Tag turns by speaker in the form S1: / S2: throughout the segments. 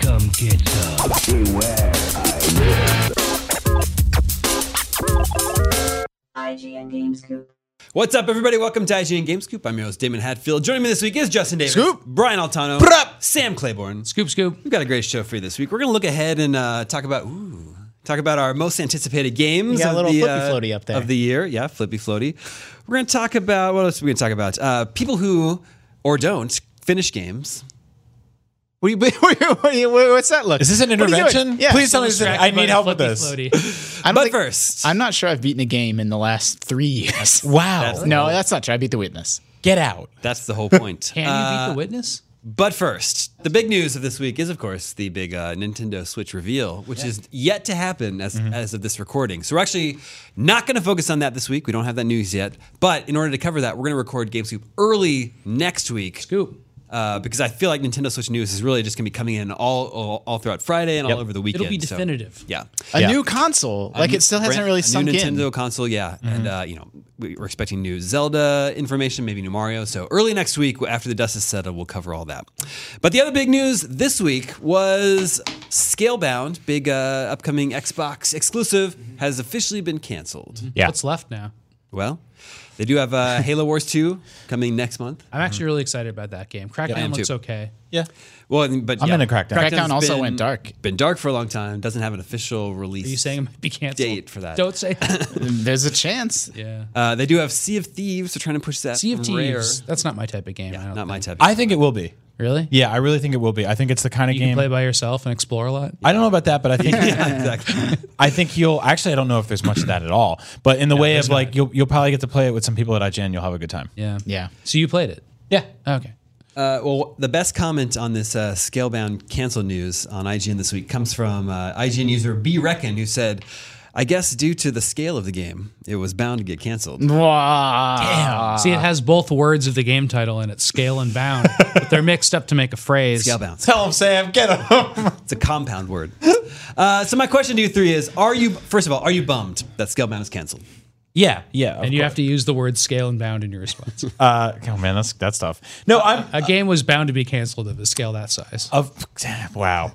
S1: come get some.
S2: IGN Games Coop.
S3: What's up, everybody? Welcome to IGN Game Scoop. I'm your host, Damon Hatfield. Joining me this week is Justin Davis,
S4: Scoop.
S3: Brian Altano, Sam Claiborne.
S4: Scoop, scoop.
S3: We've got a great show for you this week. We're going to look ahead and uh, talk about ooh, talk about our most anticipated games
S5: You got a
S3: of
S5: little
S3: the
S5: flippy
S3: uh,
S5: floaty up there.
S3: of the year. Yeah, flippy floaty. We're going to talk about what else are we going to talk about? Uh, people who or don't finish games.
S5: What do you, what do you- what's that look?
S4: Is this an
S5: What are you doing?
S4: intervention?
S5: Yeah.
S4: Please tell me this is- I need help with this.
S5: I don't
S3: But
S5: think-
S3: first,
S5: I'm not sure I've beaten a game in the last three years.
S4: Wow.
S5: No, that's not true. I beat The Witness.
S4: Get out.
S3: that's the whole point.
S6: Can you
S3: Uh,
S6: beat the witness?
S3: But first, the big news of this week is, of course, the big uh, Nintendo Switch reveal, which is yet to happen as,
S6: Mm-hmm.
S3: as of this recording. So we're actually not going to focus on that this week. We don't have that news yet. But in order to cover that, we're going to record GameScoop early next week.
S6: Scoop.
S3: Uh, because I feel like Nintendo Switch news is really just going to be coming in all, all all throughout Friday and all over the weekend.
S6: It'll be
S3: So,
S6: definitive.
S3: yeah.
S5: A
S4: Yeah.
S5: new console. Like, it still hasn't
S3: Brand-
S5: really
S3: a
S5: sunk
S3: new
S5: in.
S3: Nintendo console, yeah, and uh, you know we- we're expecting new Zelda information, maybe new Mario. So early next week, after the dust is settled, we'll cover all that. But the other big news this week was Scalebound, big uh, upcoming Xbox exclusive, has officially been canceled.
S4: Yeah.
S6: What's left now?
S3: Well, they do have uh, Halo Wars two coming next month.
S6: I'm actually really excited about that game. Crackdown
S3: am
S6: looks
S3: too.
S6: okay.
S4: Yeah.
S3: Well, but
S4: I'm
S3: yeah,
S4: into Crackdown.
S3: Crackdown's
S5: Crackdown also
S3: been-
S5: went dark.
S3: Been dark for a long time. Doesn't have an official release.
S6: Are you saying it might be canceled?
S3: Date for that.
S6: Don't say.
S5: There's a chance.
S6: yeah.
S3: Uh, they do have Sea of Thieves. They're trying to push that.
S6: Sea of
S3: rare.
S6: Thieves. That's not my type of game. I don't
S3: Not my type.
S4: I think it will be.
S6: think. Really?
S4: Yeah, I really think it will be. I think it's the kind of
S6: You
S4: game.
S6: can play by yourself and explore a lot.
S4: I don't know about that, but I think I think you'll actually I don't know if there's much of that at all. But in the way of like you'll you'll probably get to play it with some people at IGN, you'll have a good time.
S6: Yeah.
S5: Yeah.
S6: So you played it.
S4: Yeah.
S6: Okay.
S3: Uh, well, the best comment on this uh, Scalebound cancel news on IGN this week comes from uh, IGN user B Reckon, who said, "I guess due to the scale of the game, it was bound to get canceled."
S5: Wow.
S6: See, it has both words of the game title in it, scale and bound, but they're mixed up to make a phrase.
S3: Scalebound.
S4: Tell him, Sam, get him.
S3: It's a compound word. Uh, so my question to you three is: Are you first of all are you bummed that Scalebound is canceled?
S4: yeah, yeah.
S6: And you have to use the word scale and bound in your response.
S4: uh, oh man, that's that's tough. No, I'm
S6: a game was bound to be canceled of a scale that size.
S4: Of wow.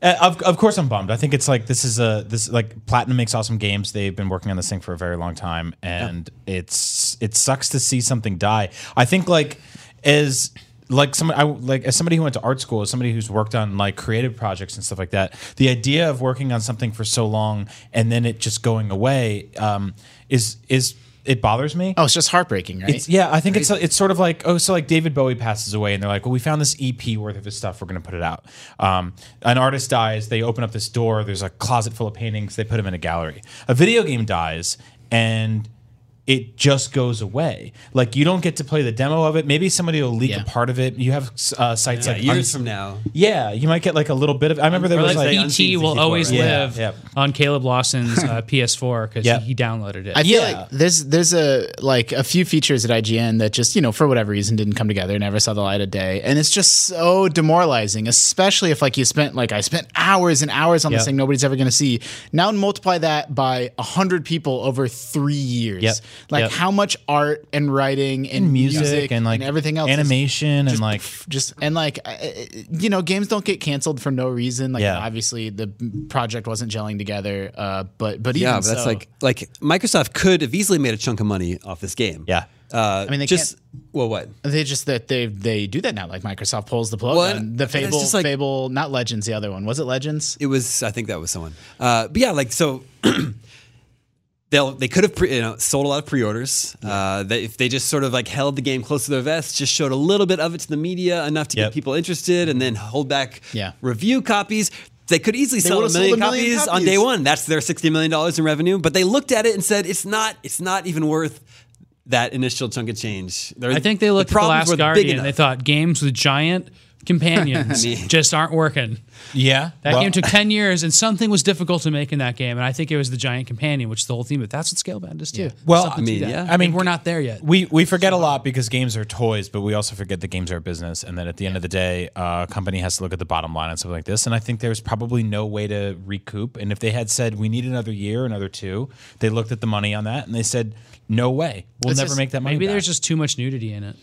S4: Uh, Of, of course I'm bummed. I think it's like this is a this like Platinum makes awesome games. They've been working on this thing for a very long time, and it's it sucks to see something die. I think like as like someone I like as somebody who went to art school, as somebody who's worked on like creative projects and stuff like that. The idea of working on something for so long and then it just going away um, is is it bothers me.
S5: Oh, it's just heartbreaking, right?
S4: It's, yeah, I think it's it's sort of like oh, so like David Bowie passes away, and they're like, well, we found this EP worth of his stuff. We're gonna put it out. Um, an artist dies. They open up this door. There's a closet full of paintings. They put them in a gallery. A video game dies, and it just goes away. Like you don't get to play the demo of it. Maybe somebody will leak
S5: Yeah.
S4: a part of it. You have uh, sites
S3: Yeah,
S4: like
S3: years
S4: Uns-
S3: from now.
S4: Yeah, you might get like a little bit of. I remember there
S3: Or
S4: was
S3: like
S4: like
S3: they-
S6: BT E will
S3: 64,
S6: always
S3: right?
S6: live
S4: Yeah, yeah.
S6: on Caleb Lawson's uh, PS4 because
S4: Yeah.
S6: he, he downloaded it.
S5: I feel
S4: Yeah.
S5: like there's there's a like a few features at IGN that just you know for whatever reason didn't come together, never saw the light of day, and it's just so demoralizing. Especially if like you spent like I spent hours and hours on
S4: Yep.
S5: this thing nobody's ever going to see. Now multiply that by a hundred people over three years.
S4: Yep.
S5: Like
S4: Yep.
S5: how much art and writing and
S4: music,
S5: music,
S4: and like
S5: everything else, is
S4: animation and like
S5: just and like I- I- you know games don't get canceled for no reason like
S4: Yeah.
S5: obviously the project wasn't gelling together uh but but even
S3: Yeah, but that's
S5: so-
S3: like like Microsoft could have easily made a chunk of money off this game.
S4: yeah.
S3: Uh, I
S5: mean,
S3: mean,
S5: they
S3: just well, what?
S5: They just that they they do that now. Like Microsoft pulls the plug.
S3: Well,
S5: on
S3: and-
S5: the
S3: and it's
S5: Fable,
S3: just like-
S5: Fable, not Legends. The other one was it Legends?
S3: It was I think that was someone. Uh, but yeah, like so. They'll, they could have pre, you know, sold a lot of pre-orders. Uh, they, if they just sort of like held the game close to their vest, just showed a little bit of it to the media, enough to
S4: Yep.
S3: get people interested, and then hold back
S5: Yeah.
S3: review copies. They could easily sell a
S5: would've sold
S3: million,
S5: a million
S3: copies on day
S5: copies.
S3: one. That's their sixty million dollars in revenue. But they looked at it and said, "It's not. It's not even worth that initial chunk of change." There-
S6: I think they looked at the
S3: problems were
S6: Last
S3: big
S6: Guardian and
S3: enough.
S6: they thought games with giant companions just aren't working.
S4: Yeah.
S6: That
S4: Well-
S6: game took 10 years and something was difficult to make in that game. And I think it was the giant companion, which is the whole theme. But that's what Scalebound is too.
S4: Well,
S6: Something
S4: I
S6: to
S3: mean,
S6: that.
S3: yeah.
S6: I mean, we're not there yet.
S4: we we forget a lot because games are toys, but we also forget that games are a business, and that at the end of the day, uh, a company has to look at the bottom line and something like this. And I think there's probably no way to recoup. And if they had said we need another year, another two, they looked at the money on that and they said no way, we'll
S5: It's
S4: never
S5: just-
S4: make that money.
S6: Maybe
S4: back."
S6: there's just too much nudity in it.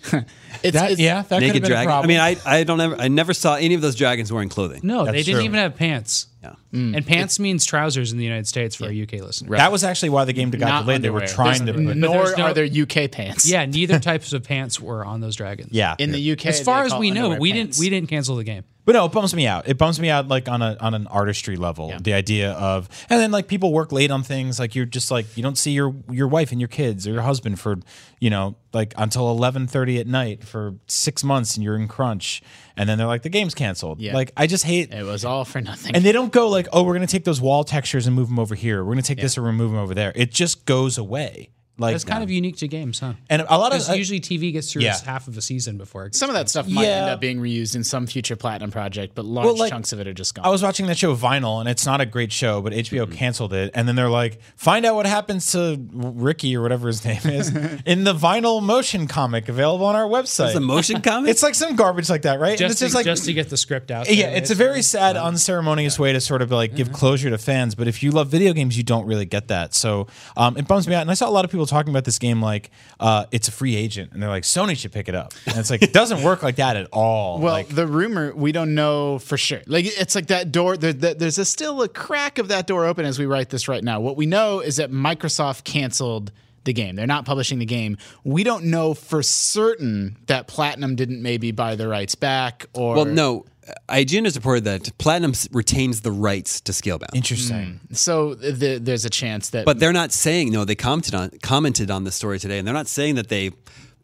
S5: It's,
S4: that,
S5: it's-
S4: yeah, that could have
S3: naked
S4: been a
S3: dragon. I
S4: problem.
S3: mean, I, I don't ever I never saw any of those dragons wearing clothing.
S6: No, they
S4: That's
S6: didn't
S4: true.
S6: even have pants.
S3: Yeah.
S6: And pants means trousers in the United States for a UK listener.
S4: that was actually why the game got
S5: Not
S4: delayed. They
S5: underwear.
S4: were trying to.
S5: Nor
S4: Put,
S6: there's no-
S5: are there UK pants.
S6: Yeah, neither types of pants were on those dragons.
S4: yeah.
S5: in the UK.
S6: As far
S5: they
S6: as
S5: call
S6: we know,
S5: underwear
S6: we
S5: pants.
S6: didn't we didn't cancel the game.
S4: But no, it bums me out. It bums me out like on a on an artistry level. The idea of and then like people work late on things like you're just like you don't see your your wife and your kids or your husband for you know like until eleven thirty at night for six months and you're in crunch and then they're like the game's canceled.
S5: Yeah.
S4: Like I just hate
S5: It was all for nothing.
S4: and they don't go like oh we're gonna take those wall textures and move them over here. We're gonna take this and remove them over there. It just goes away. Like
S6: That's kind of unique to games, huh?
S4: and a lot of
S6: Because usually TV gets through
S4: Uh, Yeah.
S6: its half of a season before. It
S5: some of that stuff might
S4: Yeah.
S5: end up being reused in some future platinum project, but large
S4: Well, like,
S5: chunks of it are just gone.
S4: I was watching that show Vinyl, and it's not a great show, but HBO canceled it. And then they're like, find out what happens to Ricky or whatever his name is in the vinyl motion comic available on our
S3: It's a
S4: website.
S3: motion comic.
S4: It's like some garbage like that, right? And
S6: just,
S4: it's
S6: to,
S4: just like
S6: just to get the script out.
S4: yeah,
S6: there.
S4: it's a very sad, unceremonious way to sort of like give closure to fans. But if you love video games, you don't really get that. So um, it bums me out. And I saw a lot of people talking about this game like uh, it's a free agent, and they're like Sony should pick it up. And it's like it doesn't work like that at all.
S5: Well,
S4: Like,
S5: the rumor we don't know for sure. Like it's like that door. There, there- there's a, still a crack of that door open as we write this right now. What we know is that Microsoft canceled the game. They're not publishing the game. We don't know for certain that Platinum didn't maybe buy the rights back or
S3: well, no. IGN has reported that Platinum s- retains the rights to Scalebound,
S4: interesting.
S5: So the, there's a chance that.
S3: but they're not saying no. They commented on commented on the story today, and they're not saying that they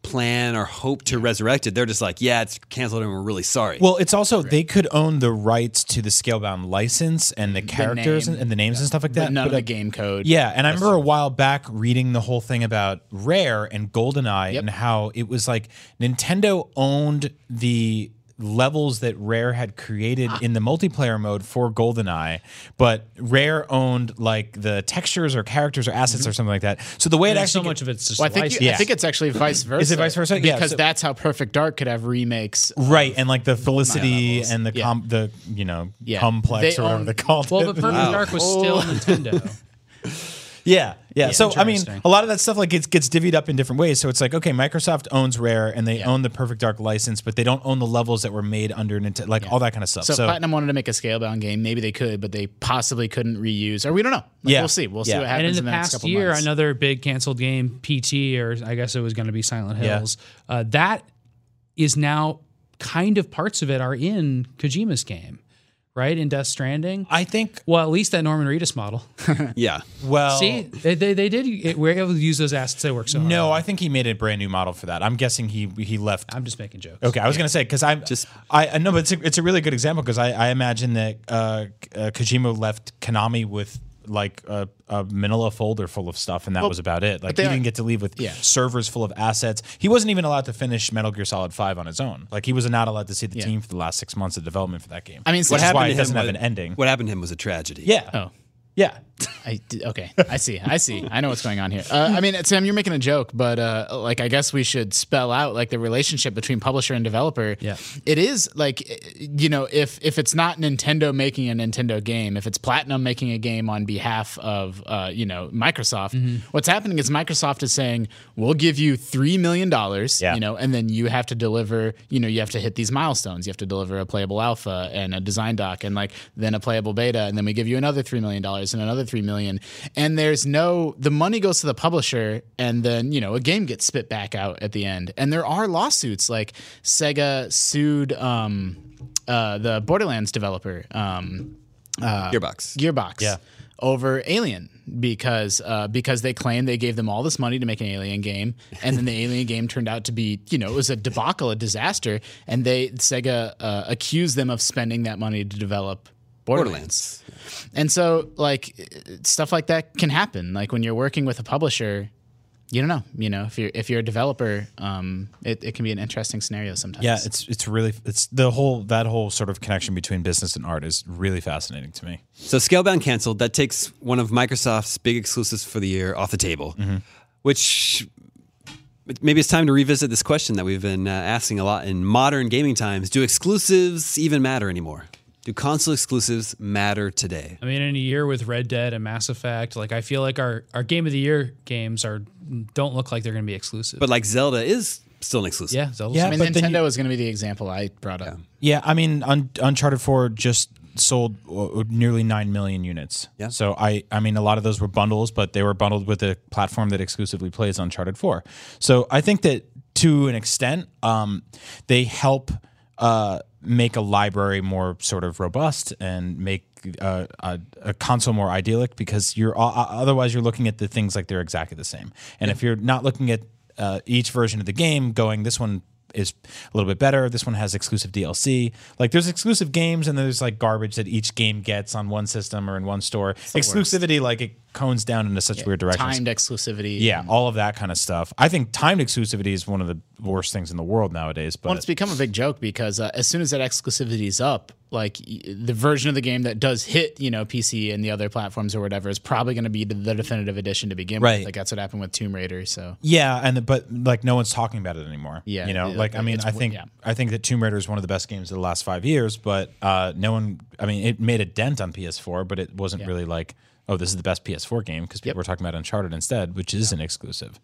S3: plan or hope to resurrect it. They're just like, yeah, it's canceled, and we're really sorry.
S4: Well, it's also they could own the rights to the Scalebound license and the characters
S5: name.
S4: and, and the names and stuff like that.
S5: but none of
S4: but,
S5: the
S4: uh,
S5: game code.
S4: Yeah, and I remember a while back reading the whole thing about Rare and GoldenEye
S5: Yep.
S4: and how it was like Nintendo owned the levels that Rare had created
S5: Ah.
S4: in the multiplayer mode for GoldenEye, but Rare owned like the textures or characters or assets
S5: Mm-hmm.
S4: or something like that. So the way it
S6: There's
S4: actually
S6: so much of it's just
S5: Well, I think
S6: license.
S5: you-
S4: Yeah.
S5: I think it's actually vice versa.
S4: vice versa? Yeah,
S5: Because
S4: so-
S5: that's how Perfect Dark could have remakes.
S4: Right, and like the Felicity
S5: levels.
S4: and the
S5: Yeah.
S4: com- the you know
S5: Yeah.
S4: complex
S5: They
S4: or whatever
S5: own-
S4: they called
S6: Well,
S4: it.
S6: but Perfect Dark was
S4: Oh.
S6: still Nintendo.
S4: Yeah, yeah. so I mean,
S6: Interesting.
S4: a lot of that stuff like gets gets divvied up in different ways. So it's like, okay, Microsoft owns Rare and they own the Perfect Dark license, but they don't own the levels that were made under Nintendo, like all that kind of stuff.
S5: So,
S4: So,
S5: if Platinum wanted to make a scalebound game. Maybe they could, but they possibly couldn't reuse, or we don't know. Like,
S4: Yeah.
S5: we'll see. We'll
S4: Yeah.
S5: see what
S6: and
S5: happens
S6: in the,
S5: next
S6: past
S5: couple
S6: year,
S5: months.
S6: another big canceled game, PT, or I guess it was going to be Silent
S4: Yeah.
S6: Hills. Uh, that is now kind of parts of it are in Kojima's game, right? In Death Stranding.
S4: I think.
S6: well, at least that Norman Reedus model.
S3: Yeah.
S4: Well,
S6: See, they, they, they did. It, we were able to use those assets they worked so hard.
S4: Oh. no,
S6: on.
S4: I think he made a brand new model for that. I'm guessing he he left
S6: I'm just making jokes.
S4: Okay, I was gonna say because I'm just
S3: Just-
S4: I I know, but it's a, it's a really good example because I, I imagine that uh, K- uh, Kojima left Konami with like a, a manila folder full of stuff, and that was about it. Like he
S5: they are-
S4: didn't get to leave with
S5: Yeah.
S4: servers full of assets. He wasn't even allowed to finish Metal Gear Solid Five on his own. Like he was not allowed to see the
S5: Yeah.
S4: team for the last six months of development for that game.
S5: I mean,
S4: which
S5: what
S4: is
S5: happened
S4: why
S3: to
S4: it
S3: him
S4: doesn't have
S3: was-
S4: an ending.
S3: What happened to him was a tragedy.
S4: yeah.
S5: Oh.
S4: Yeah.
S5: I d okay, I see. I see. I know what's going on here. Uh, I mean, Sam, you're making a joke, but uh, like, I guess we should spell out like the relationship between publisher and developer.
S6: Yeah.
S5: it is like, eh, you know, if if it's not Nintendo making a Nintendo game, if it's Platinum making a game on behalf of, uh, you know, Microsoft,
S4: Mm-hmm.
S5: what's happening is Microsoft is saying, "We'll give you three million dollars,
S4: Yeah.
S5: you know, and then you have to deliver. You know, you have to hit these milestones. You have to deliver a playable alpha and a design doc, and like then a playable beta, and then we give you another three million dollars and another three million. And there's no the money goes to the publisher, and then you know a game gets spit back out at the end. And there are lawsuits like Sega sued um, uh, the Borderlands developer. Um,
S3: Gearbox.
S5: Gearbox over Alien because uh, because they claimed they gave them all this money to make an Alien game, and then the Alien game turned out to be you know it was a debacle, a disaster, and they Sega uh, accused them of spending that money to develop. Borderlands.
S3: Borderlands.
S5: And so, like, it- stuff like that can happen. Like, when you're working with a publisher, you don't know. You know, if you're if you're a developer, um, it, it can be an interesting scenario sometimes.
S4: Yeah, it's it's really it's the whole that whole sort of connection between business and art is really fascinating to me.
S3: So Scalebound canceled. That takes one of Microsoft's big exclusives for the year off the table, which maybe it's time to revisit this question that we've been uh, asking a lot in modern gaming times. Do exclusives even matter anymore? Do console exclusives matter today?
S6: I mean, in a year with Red Dead and Mass Effect, like I feel like our, our game of the year games are don't look like they're going to be exclusive.
S3: But like Zelda is still an exclusive.
S6: yeah, Zelda's
S4: Yeah,
S5: I mean,
S4: But then
S5: Nintendo is going to be the example I brought up.
S4: Yeah, I mean, Un- Uncharted Four just sold uh, nearly nine million units.
S3: Yeah.
S4: So I, I mean, a lot of those were bundles, but they were bundled with a platform that exclusively plays Uncharted Four. So I think that to an extent, um, they help uh, make a library more sort of robust and make. Uh, a, a console more idyllic because you're o- o- otherwise you're looking at the things like they're exactly the same, and if you're not looking at uh, each version of the game, going this one is a little bit better. This one has exclusive DLC. Like there's exclusive games and there's like garbage that each game gets on one system or in one store. Exclusivity like it cones down into such weird directions.
S5: Timed exclusivity.
S4: Yeah, all of that kind of stuff. I think timed exclusivity is one of the worst things in the world nowadays. But
S5: Well, it's become a big joke because uh, as soon as that exclusivity is up, like y- the version of the game that does hit, you know, PC and the other platforms or whatever is probably going to be the, the definitive edition to begin
S4: Right.
S5: with. Like that's what happened with Tomb Raider. So
S4: Yeah, and but like no one's talking about it anymore.
S5: Yeah,
S4: you know,
S5: yeah,
S4: like I mean,
S5: it's
S4: I
S5: w-
S4: think
S5: yeah.
S4: I think that Tomb Raider is one of the best games of the last five years, but uh, no one. I mean, it made a dent on PS4, but it wasn't really like, oh, this is the best PS4 game because people were talking about Uncharted instead, which is an exclusive.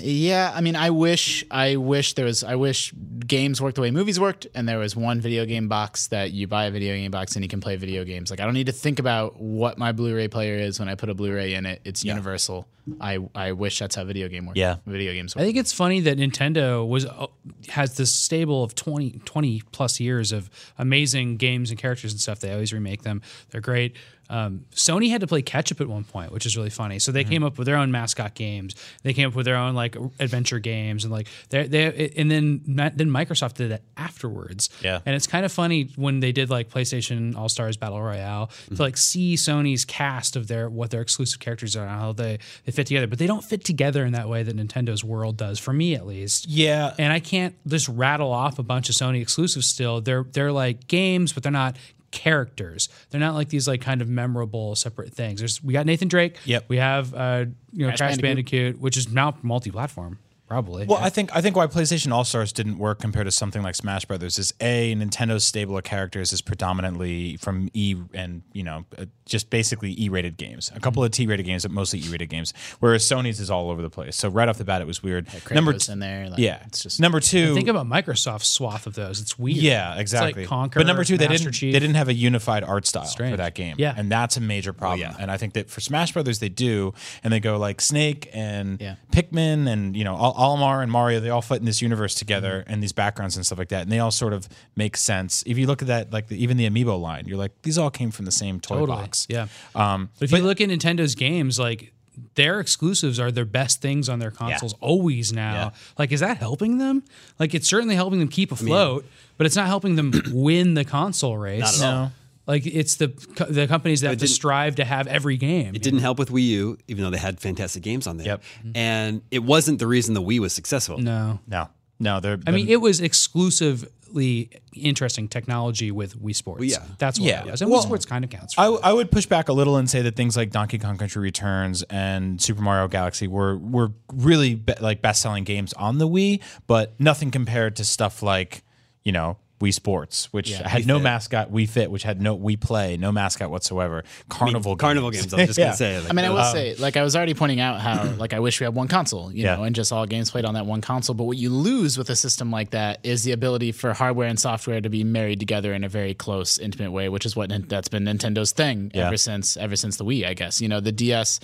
S5: yeah, I mean, I wish, I wish there was, I wish games worked the way movies worked, and there was one video game box that you buy a video game box and you can play video games. Like I don't need to think about what my Blu-ray player is when I put a Blu-ray in it. It's universal. I I wish that's how video game work.
S4: Yeah.
S5: video games. Work.
S6: I think it's funny that Nintendo was uh, has this stable of 20, 20 plus years of amazing games and characters and stuff. They always remake them; they're great. Um, Sony had to play catch up at one point, which is really funny. So they came up with their own mascot games. They came up with their own like adventure games and like they they and then then Microsoft did it afterwards.
S4: Yeah.
S6: And it's kind of funny when they did like PlayStation All Stars Battle Royale to like see Sony's cast of their what their exclusive characters are and how they, they fit together. But they don't fit together in that way that Nintendo's world does, for me at least.
S4: Yeah,
S6: And I can't just rattle off a bunch of Sony exclusives still. They're they're like games, but they're not characters. They're not like these like kind of memorable separate things. There's we got Nathan Drake.
S4: Yep.
S6: We have uh you know Crash, Bandicoot.
S5: Bandicoot.
S6: which is now multi platform, probably.
S4: Well, I think I think why PlayStation All Stars didn't work compared to something like Smash Brothers is a Nintendo's stable of characters is predominantly from E and you know uh, just basically E rated games, a couple
S5: Mm-hmm.
S4: of T rated games, but mostly E rated games. Whereas Sony's is all over the place. So right off the bat, it was weird. number
S5: Kratos
S4: t-
S5: in there. Like,
S4: yeah,
S5: it's just
S4: number two.
S6: Think about Microsoft's swath of those. It's weird.
S4: yeah,
S6: It's like
S4: exactly.
S6: Conquer,
S4: but number two, they
S6: Master
S4: didn't
S6: Chief.
S4: they didn't have a unified art style for
S6: Strange.
S4: that game.
S6: Yeah. Oh,
S4: and that's a major problem.
S3: yeah.
S4: And I think that for Smash Brothers they do, and they go like Snake and
S5: Yeah.
S4: Pikmin and you know all, Olimar and Mario, they all fit in this universe together and these backgrounds and stuff like that, and they all sort of make sense. If you look at that, like the, even the amiibo line, you're like, these all came from the same toy
S6: Totally.
S4: box.
S6: Yeah.
S4: Um,
S6: But if you look at Nintendo's games, like their exclusives are their best things on their consoles always now.
S4: Yeah.
S6: Like, is that helping them? Like, it's certainly helping them keep afloat, but it's not helping them win the console race.
S3: Not at all. No.
S6: Like, it's the co- the companies that have to
S3: didn't-
S6: strive to have every game.
S3: It didn't help with Wii U, even though they had fantastic games on there.
S4: Yep.
S3: And it wasn't the reason the Wii was successful.
S6: No.
S4: no, no, they're.
S6: I mean, it was exclusively interesting technology with Wii Sports.
S3: yeah.
S6: That's what
S4: Yeah.
S6: it was. And
S4: Well,
S6: Wii Sports kind of counts. For
S4: I,
S6: that.
S4: I would push back a little and say that things like Donkey Kong Country Returns and Super Mario Galaxy were were really be, like best selling games on the Wii, but nothing compared to stuff like you know Wii Sports, which had no mascot, Wii Fit, which had no Wii Play, no mascot whatsoever. Carnival
S3: Carnival games, I was just
S4: Yeah.
S3: going to say. Like,
S5: I mean, I will
S4: Um,
S5: say, like I was already pointing out how, like, I wish we had one console, you
S4: Yeah.
S5: know, and just all games played on that one console. But what you lose with a system like that is the ability for hardware and software to be married together in a very close, intimate way, which is what Nin- that's been Nintendo's thing
S4: Yeah.
S5: ever since ever since the Wii, I guess. You know, the DS,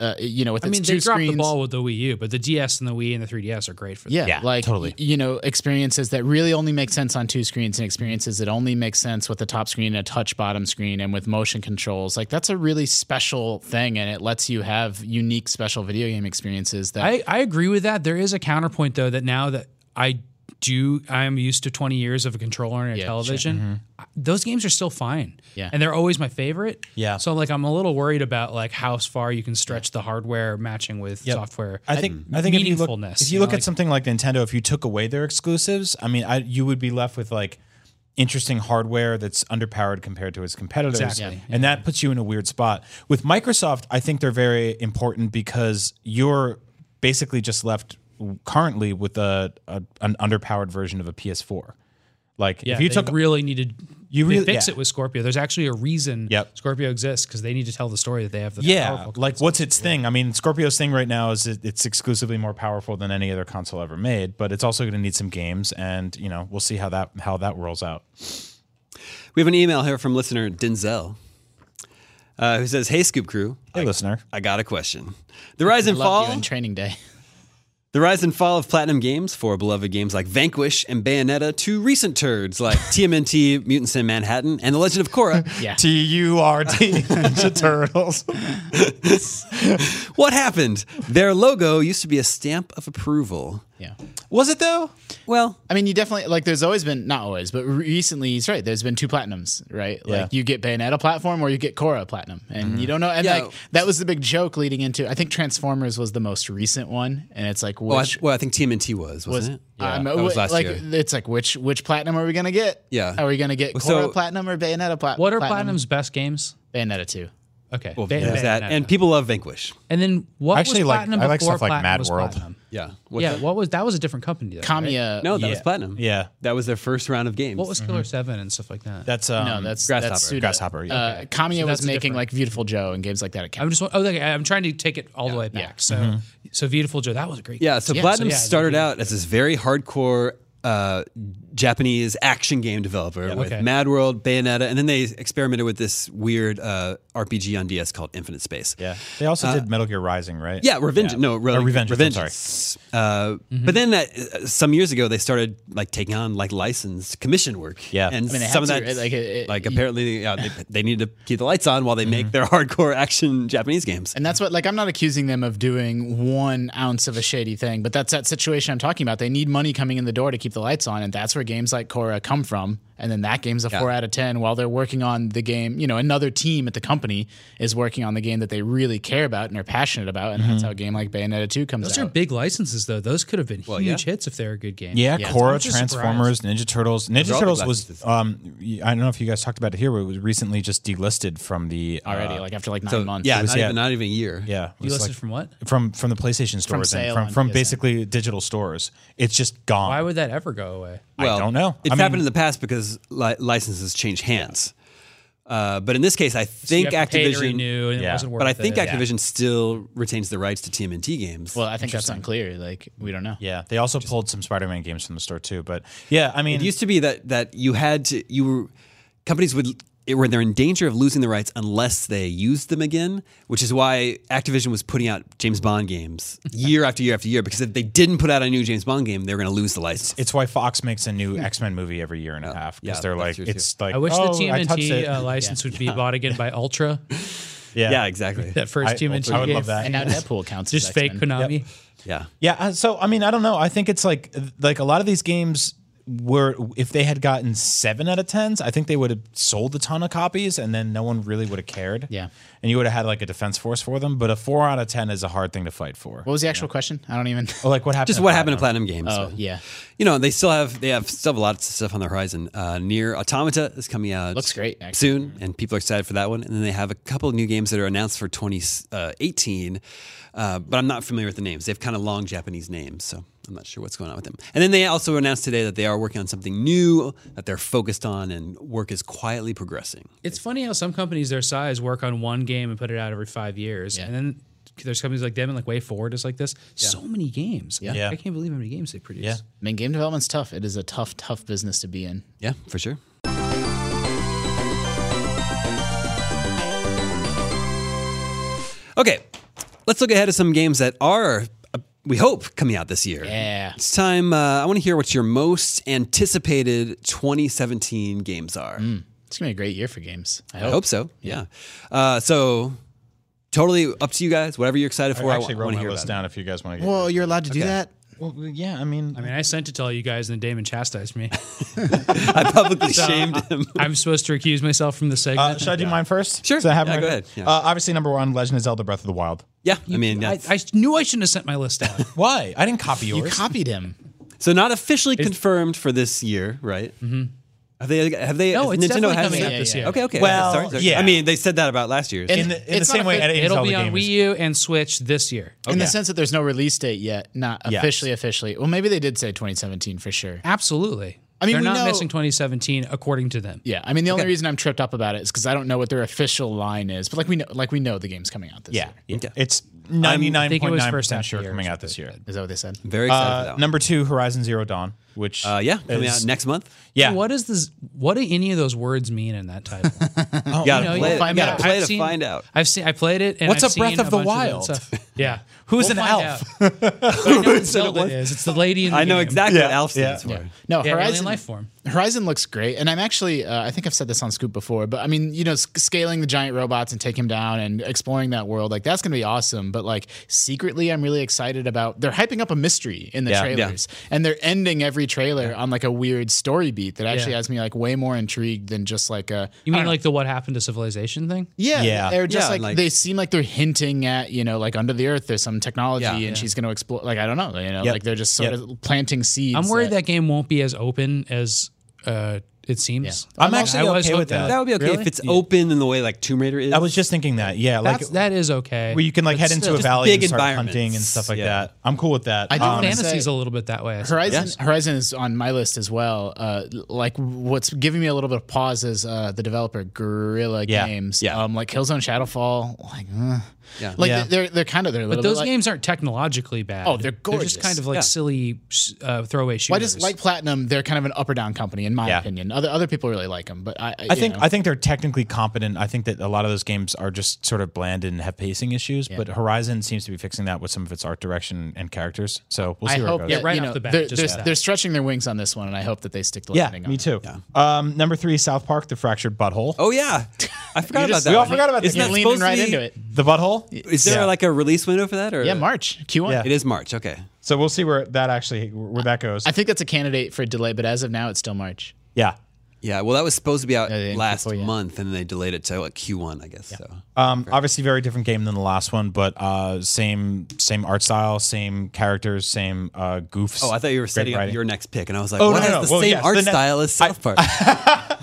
S5: uh, you know, with
S6: I
S5: its
S6: mean,
S5: two
S6: they dropped
S5: screens.
S6: the ball with the Wii U, but the DS and the Wii and the 3DS are great for that.
S5: Yeah,
S4: Yeah,
S5: like
S4: totally.
S5: y- you know, experiences that really only make sense on two screens and experiences that only make sense with a top screen and a touch bottom screen and with motion controls. Like that's a really special thing and it lets you have unique special video game experiences that
S6: I, I agree with that. There is a counterpoint though that now that I do I am used to 20 years of a controller and a
S5: Yeah, sure.
S6: television.
S4: Mm-hmm.
S6: I- Those games are still fine.
S5: Yeah.
S6: And they're always my favorite.
S4: Yeah.
S6: So like I'm a little worried about like how far you can stretch the hardware matching with software.
S4: I think I think if you look,
S6: meaningfulness,
S4: if
S6: you
S4: you look
S6: know,
S4: at
S6: like-
S4: something like Nintendo, if you took away their exclusives, I mean, I, you would be left with like interesting hardware that's underpowered compared to its competitors,
S6: Exactly.
S4: and that puts you in a weird spot. With Microsoft, I think they're very important because you're basically just left currently with a, a an underpowered version of a PS4. Like
S6: Yeah,
S4: if you
S6: they
S4: took
S6: really needed you
S4: You really-
S6: fix
S4: yeah.
S6: it with Scorpio. There's actually a reason
S4: Yep.
S6: Scorpio exists because they need to tell the story that they have the
S4: Yeah,
S6: powerful
S4: like what's its thing? I mean, Scorpio's thing right now is it, it's exclusively more powerful than any other console ever made, but it's also going to need some games, and you know, we'll see how that how that rolls out.
S3: we have an email here from listener Denzel uh, who says, Hey, Scoop Crew,
S4: Hey, listener,
S3: I got a question. The rise and
S5: love you
S3: fall
S5: in training day.
S3: The rise and fall of platinum games for beloved games like Vanquish and Bayonetta to recent turds like TMNT, Mutants in Manhattan, and The Legend of Korra.
S5: Yeah.
S4: T U R T Ninja Turtles.
S3: What happened? Their logo used to be a stamp of approval.
S5: Yeah.
S4: Was it though?
S3: Well,
S5: I mean, you definitely like. There's always been not always, but recently, he's right. There's been two platinums, right?
S4: Yeah.
S5: Like you get Bayonetta platinum or you get Korra platinum, and you don't know. And
S3: Yeah.
S5: like that was the big joke leading into. I think Transformers was the most recent one, and it's like
S3: well I,
S5: which
S3: well, I think TMNT was, wasn't it?
S5: I'm-
S3: that was
S5: Uh, wh-
S3: last
S5: like
S3: year.
S5: it's like which which platinum are we gonna get?
S3: Yeah.
S5: Are we gonna get Korra
S3: So-
S5: platinum or Bayonetta plat-
S6: What are
S5: platinum?
S6: Platinum's best games?
S5: Bayonetta two.
S6: Okay.
S3: Well,
S6: Ba-
S3: there's that.
S6: Bayonetta.
S3: And people love Vanquish.
S6: And then what
S4: actually
S6: was
S4: like-
S6: Platinum
S4: I like
S6: before
S4: stuff like
S6: Platinum
S4: Mad
S6: was
S4: World.
S6: Platinum?
S3: Yeah. What's
S6: Yeah,
S3: that?
S6: what was that was a different company though. right?
S5: Kamiya.
S3: no, that was
S6: Yeah.
S3: platinum.
S4: Yeah,
S3: That was their first round of games.
S6: What
S4: Mm-hmm.
S6: was Killer Seven and stuff like that?
S4: that's um,
S5: No, Oh, that's
S3: Grasshopper.
S5: That's Suda.
S4: Grasshopper, yeah.
S5: Uh, Kamiya
S6: So
S5: was
S6: that's
S5: making
S6: different.
S5: like Beautiful Joe and games like that. At
S6: I'm just oh, okay, I'm trying to take it all the way back. So
S4: Mm-hmm.
S6: so beautiful Joe, that was a great.
S3: Yeah, so
S5: Yeah, so
S3: Platinum
S6: yeah,
S3: started
S6: they-
S3: out as this very hardcore uh, Japanese action game developer with
S6: okay.
S3: Mad World, Bayonetta, and then they experimented with this weird uh, RPG on DS called Infinite Space.
S4: yeah. They also did Metal Gear Rising, right?
S3: Yeah, Revenge. No, Re-
S4: Or Revengeance, I'm
S3: Revengeance. Uh, But then, that, uh, some years ago, they started like taking on like licensed commission work.
S4: Yeah.
S3: and
S5: mean, they
S3: some of
S5: had
S3: that,
S5: to, right?
S3: like,
S5: Like, it- it-
S3: apparently, yeah, they, they need to keep the lights on while they make their hardcore action Japanese games.
S5: And that's what, like, I'm not accusing them of doing one ounce of a shady thing, but that's that situation I'm talking about. They need money coming in the door to keep the lights on, and that's where games like Korra come from. And then that game's a four out of 10 while they're working on the game. You know, another team at the company is working on the game that they really care about and are passionate about. And
S4: Mm-hmm.
S5: that's how a game like Bayonetta 2 comes
S6: Those
S5: out.
S6: are big licenses though. Those could have been huge hits if they're a good game.
S4: Yeah, Korra,
S6: it's- I'm just
S4: Transformers, Ninja Turtles. Ninja
S3: all
S4: Turtles
S3: big
S4: was,
S3: licenses.
S4: um, I don't know if you guys talked about it here, but it was recently just delisted from the uh,
S5: already, like, after like nine months.
S3: yeah, not,
S4: yeah.
S3: Even, not even a year.
S4: Yeah, it
S6: You
S4: was
S6: listed
S4: like-
S6: from what?
S4: from from the PlayStation stores
S5: sale
S4: and from
S5: on
S4: from
S5: PSN.
S4: basically digital stores. It's just gone.
S6: Why would that ever go away?
S3: Well,
S4: I don't know.
S3: It's
S4: I mean-
S3: happened in the past because li- licenses change hands. Uh, but in this case, I think
S6: You have to pay to
S3: Activision.
S6: renew, and it
S4: Yeah.
S6: wasn't worth
S3: But I think
S6: it.
S3: Activision still retains the rights to TMNT games.
S5: Well, I think that's unclear. Like, we don't know.
S4: yeah, they also pulled some Spider-Man games from the store too. But yeah, I mean,
S3: It used to be that that you had to you were companies would it, where they're in danger of losing the rights unless they use them again, which is why Activision was putting out James Bond games year after year after year because if they didn't put out a new James Bond game, they were going to lose the license.
S4: It's why Fox makes a new X Men movie every year and a half because
S3: Hmm. yeah,
S4: they're
S3: that's
S4: like,
S3: true,
S4: it's like,
S6: I wish
S4: oh,
S6: the
S4: I touched
S6: TMNT
S4: it.
S6: uh, license would be bought again by Ultra.
S4: yeah,
S3: yeah, exactly.
S6: That
S4: I-
S6: first TMNT
S4: I would
S6: game.
S4: love that.
S5: And now Deadpool counts. as
S6: Just fake
S5: X-Men.
S6: Konami.
S3: Yeah.
S4: Yeah, uh, so I mean, I don't know. I think it's like like a lot of these games were if they had gotten seven out of tens, I think they would have sold a ton of copies, and then no one really would have cared.
S5: Yeah.
S4: and you would have had like a defense force for them. But a four out of ten is a hard thing to fight for.
S5: What was the actual question? I don't even.
S4: Or, like what happened?
S3: Just
S4: to
S3: what happened to
S4: Platinum?
S3: Platinum Games?
S5: Oh
S3: so.
S5: yeah,
S3: You know, they still have they have still have lots of stuff on the horizon. Uh, Near Automata is coming out.
S5: Looks great, actually.
S3: soon, and people are excited for that one. And then they have a couple of new games that are announced for 2018, uh, but I'm not familiar with the names. They have kind of long Japanese names, so I'm not sure what's going on with them. And then they also announced today that they are working on something new that they're focused on, and work is quietly progressing.
S6: It's funny how some companies their size work on one game and put it out every five years, and then there's companies like them and like Way Forward is like this. So many games.
S4: Yeah.
S6: I can't believe how many games they produce.
S4: Yeah.
S5: I mean, game development's tough. It is a tough, tough business to be in.
S3: Yeah, for sure. Okay, let's look ahead at some games that are, uh, we hope, coming out this year.
S5: Yeah.
S3: It's time. Uh, I want to hear what your most anticipated 2017 games are.
S4: Mm.
S5: It's gonna be a great year for games. I
S3: I
S5: hope.
S3: hope so. Yeah. Uh, so, totally up to you guys. Whatever you're excited for, I,
S4: I actually
S3: want
S4: wrote
S3: to
S4: my
S3: hear
S4: list
S3: about.
S4: down if you guys want to.
S5: Well, Oh, you're allowed to do that.
S4: Well, yeah, I mean,
S6: I mean, I sent it to all you guys, and then Damon chastised me.
S3: it. I publicly shamed him.
S6: I'm supposed to recuse myself from the
S4: uh,
S6: segment.
S4: should I do mine first?
S3: Sure.
S4: Does that happen
S3: Yeah,
S4: right
S3: go
S4: now?
S3: ahead. Yeah.
S4: Uh, obviously, number one, Legend of Zelda: Breath of the Wild.
S3: Yeah. I mean, yeah.
S6: I, I knew I shouldn't have sent my list out.
S4: Why? I didn't copy yours.
S5: You copied him.
S3: so not officially confirmed for this year, right? Mm-hmm. Have they? Have they?
S6: No, it's
S3: Nintendo
S6: definitely
S3: has
S6: coming
S3: said-
S6: out this
S5: yeah,
S6: year.
S3: Okay. Okay.
S4: Well,
S3: sorry, sorry.
S4: yeah.
S3: I mean, they said that about last year's.
S4: in the, in the
S5: It's
S4: same
S5: not
S4: way,
S5: offi-
S4: any
S6: It'll
S4: Zelda
S6: be on
S4: game
S6: Wii
S4: is
S6: U and Switch this year.
S5: In the sense that there's no release date yet, not
S4: Yes.
S5: officially, officially. Well, maybe they did say 2017 for sure.
S6: Absolutely.
S5: I mean,
S6: they're
S5: we
S6: not
S5: know-
S6: missing 2017 according to them.
S5: Yeah, I mean the only reason I'm tripped up about it is because I don't know what their official line is, but like we know, like we know the game's coming out this
S4: Yeah,
S5: year.
S3: Yeah.
S4: it's ninety
S6: I
S4: nine
S6: think it
S4: point
S6: was
S4: nine
S6: first half
S4: percent
S6: of
S4: sure
S6: the year or
S4: coming out
S6: something
S4: this year.
S5: Is that what they said?
S3: Very excited for that
S4: Uh,
S3: one.
S4: number two, Horizon Zero Dawn, which
S3: Uh, yeah, coming
S4: is-
S3: out next month.
S4: Yeah,
S6: What does this? What do any of those words mean in that title? Oh,
S3: You gotta play,
S6: No, you'll
S3: it.
S6: find
S3: You gotta
S6: out.
S3: play
S6: I've
S3: to
S6: seen-
S3: find out.
S6: I've seen. I played it. And
S4: What's
S6: I've
S4: a Breath
S6: seen
S4: of the
S6: bunch that
S4: Wild?
S6: stuff. Yeah.
S4: Who's
S6: We'll
S4: an
S6: find
S4: elf?
S6: out. I know what Zelda is. It's the lady in the
S3: I know
S6: game.
S3: exactly what
S4: Yeah,
S3: Alf stands
S4: yeah.
S3: for.
S5: No,
S6: Yeah, alien
S5: Horizon
S6: life form.
S5: Horizon looks great, and I'm actually uh, I think I've said this on Scoop before, but I mean you know sc- scaling the giant robots and take him down and exploring that world like that's gonna be awesome. But like secretly, I'm really excited about they're hyping up a mystery in the
S4: Yeah. Yeah.
S5: trailers, and they're ending every trailer on like a weird story beat that actually
S6: Yeah.
S5: has me like way more intrigued than just like a
S6: You mean like the what happened to civilization thing?
S5: Yeah,
S4: Yeah.
S5: they're just
S3: Yeah,
S5: like,
S3: like-
S5: they seem like they're hinting at you know like under the earth there's some technology
S3: Yeah.
S5: and
S3: Yeah.
S5: she's going to explore. Like I don't know, you know,
S4: Yep.
S5: like they're just sort
S4: Yep.
S5: of planting seeds.
S6: I'm worried that, game won't be as open as uh, it seems.
S4: I'm
S6: I
S4: actually
S6: was
S4: okay with
S6: hoping-
S4: that.
S3: That would be okay if it's open in the way like Tomb Raider is.
S4: I was just thinking that. Yeah, like
S6: That's, that is okay.
S4: where you can like head into a
S3: just
S4: valley and
S3: big
S4: start
S3: environments.
S4: hunting and stuff like
S3: Yeah.
S4: that. I'm cool with that.
S5: I do wanna
S6: Fantasy is
S5: say-
S6: a little bit that way. I suppose.
S5: Horizon Horizon is on my list as well. Uh, like what's giving me a little bit of pause is uh, the developer Guerrilla
S4: Yeah.
S5: Games.
S3: Yeah.
S5: Um, like Killzone Shadowfall. Like, uh,
S3: Yeah.
S5: like
S4: Yeah.
S5: they're they're kind of they're a
S6: But
S5: little bit
S6: those
S5: like-
S6: games aren't technologically bad.
S5: Oh, they're gorgeous.
S6: just kind of like
S3: Yeah.
S6: silly sh- uh, throwaway shooters.
S5: Why does like Platinum? They're kind of an up or down company in my
S4: Yeah.
S5: opinion. Other other people really like them, but I
S4: I think I think they're technically competent. I think that a lot of those games are just sort of bland and have pacing issues. But Horizon seems to be fixing that with some of its art direction and characters. So we'll see where it goes.
S6: Yeah, right off the bat,
S5: They're,
S6: just
S5: they're-
S6: like that.
S5: they're stretching their wings on this one, and I hope that they stick to
S4: Yeah,
S5: landing on
S4: me
S5: it.
S4: too. Um, number three, South Park: The Fractured Butthole.
S3: oh yeah, I forgot about
S5: just-
S3: that.
S4: we all
S3: one.
S4: forgot about that
S3: Isn't
S4: game.
S3: that
S5: You're leaning
S3: supposed to
S5: right
S3: be-
S5: into it.
S4: The butthole.
S3: Is there
S4: Yeah.
S3: like a release window for that? Or
S5: Yeah, March Q1.
S4: Yeah.
S3: It is March. Okay.
S4: So we'll see where that actually where that goes.
S5: I think that's a candidate for a delay, but as of now, it's still March.
S4: yeah.
S3: Yeah. Well, that was supposed to be out
S5: yeah,
S3: last
S5: before, yeah.
S3: month, and they delayed it to like Q1, I guess. So.
S4: Um, obviously, very different game than the last one, but uh, same same art style, same characters, same uh, goofs.
S3: Oh, I thought you were
S4: great
S3: setting up
S4: writing.
S3: your next pick, and I was like,
S4: Oh,
S3: what
S4: no,
S3: has
S4: no,
S3: the
S4: well,
S3: same
S4: yes,
S3: art
S4: the ne-
S3: style as South Park?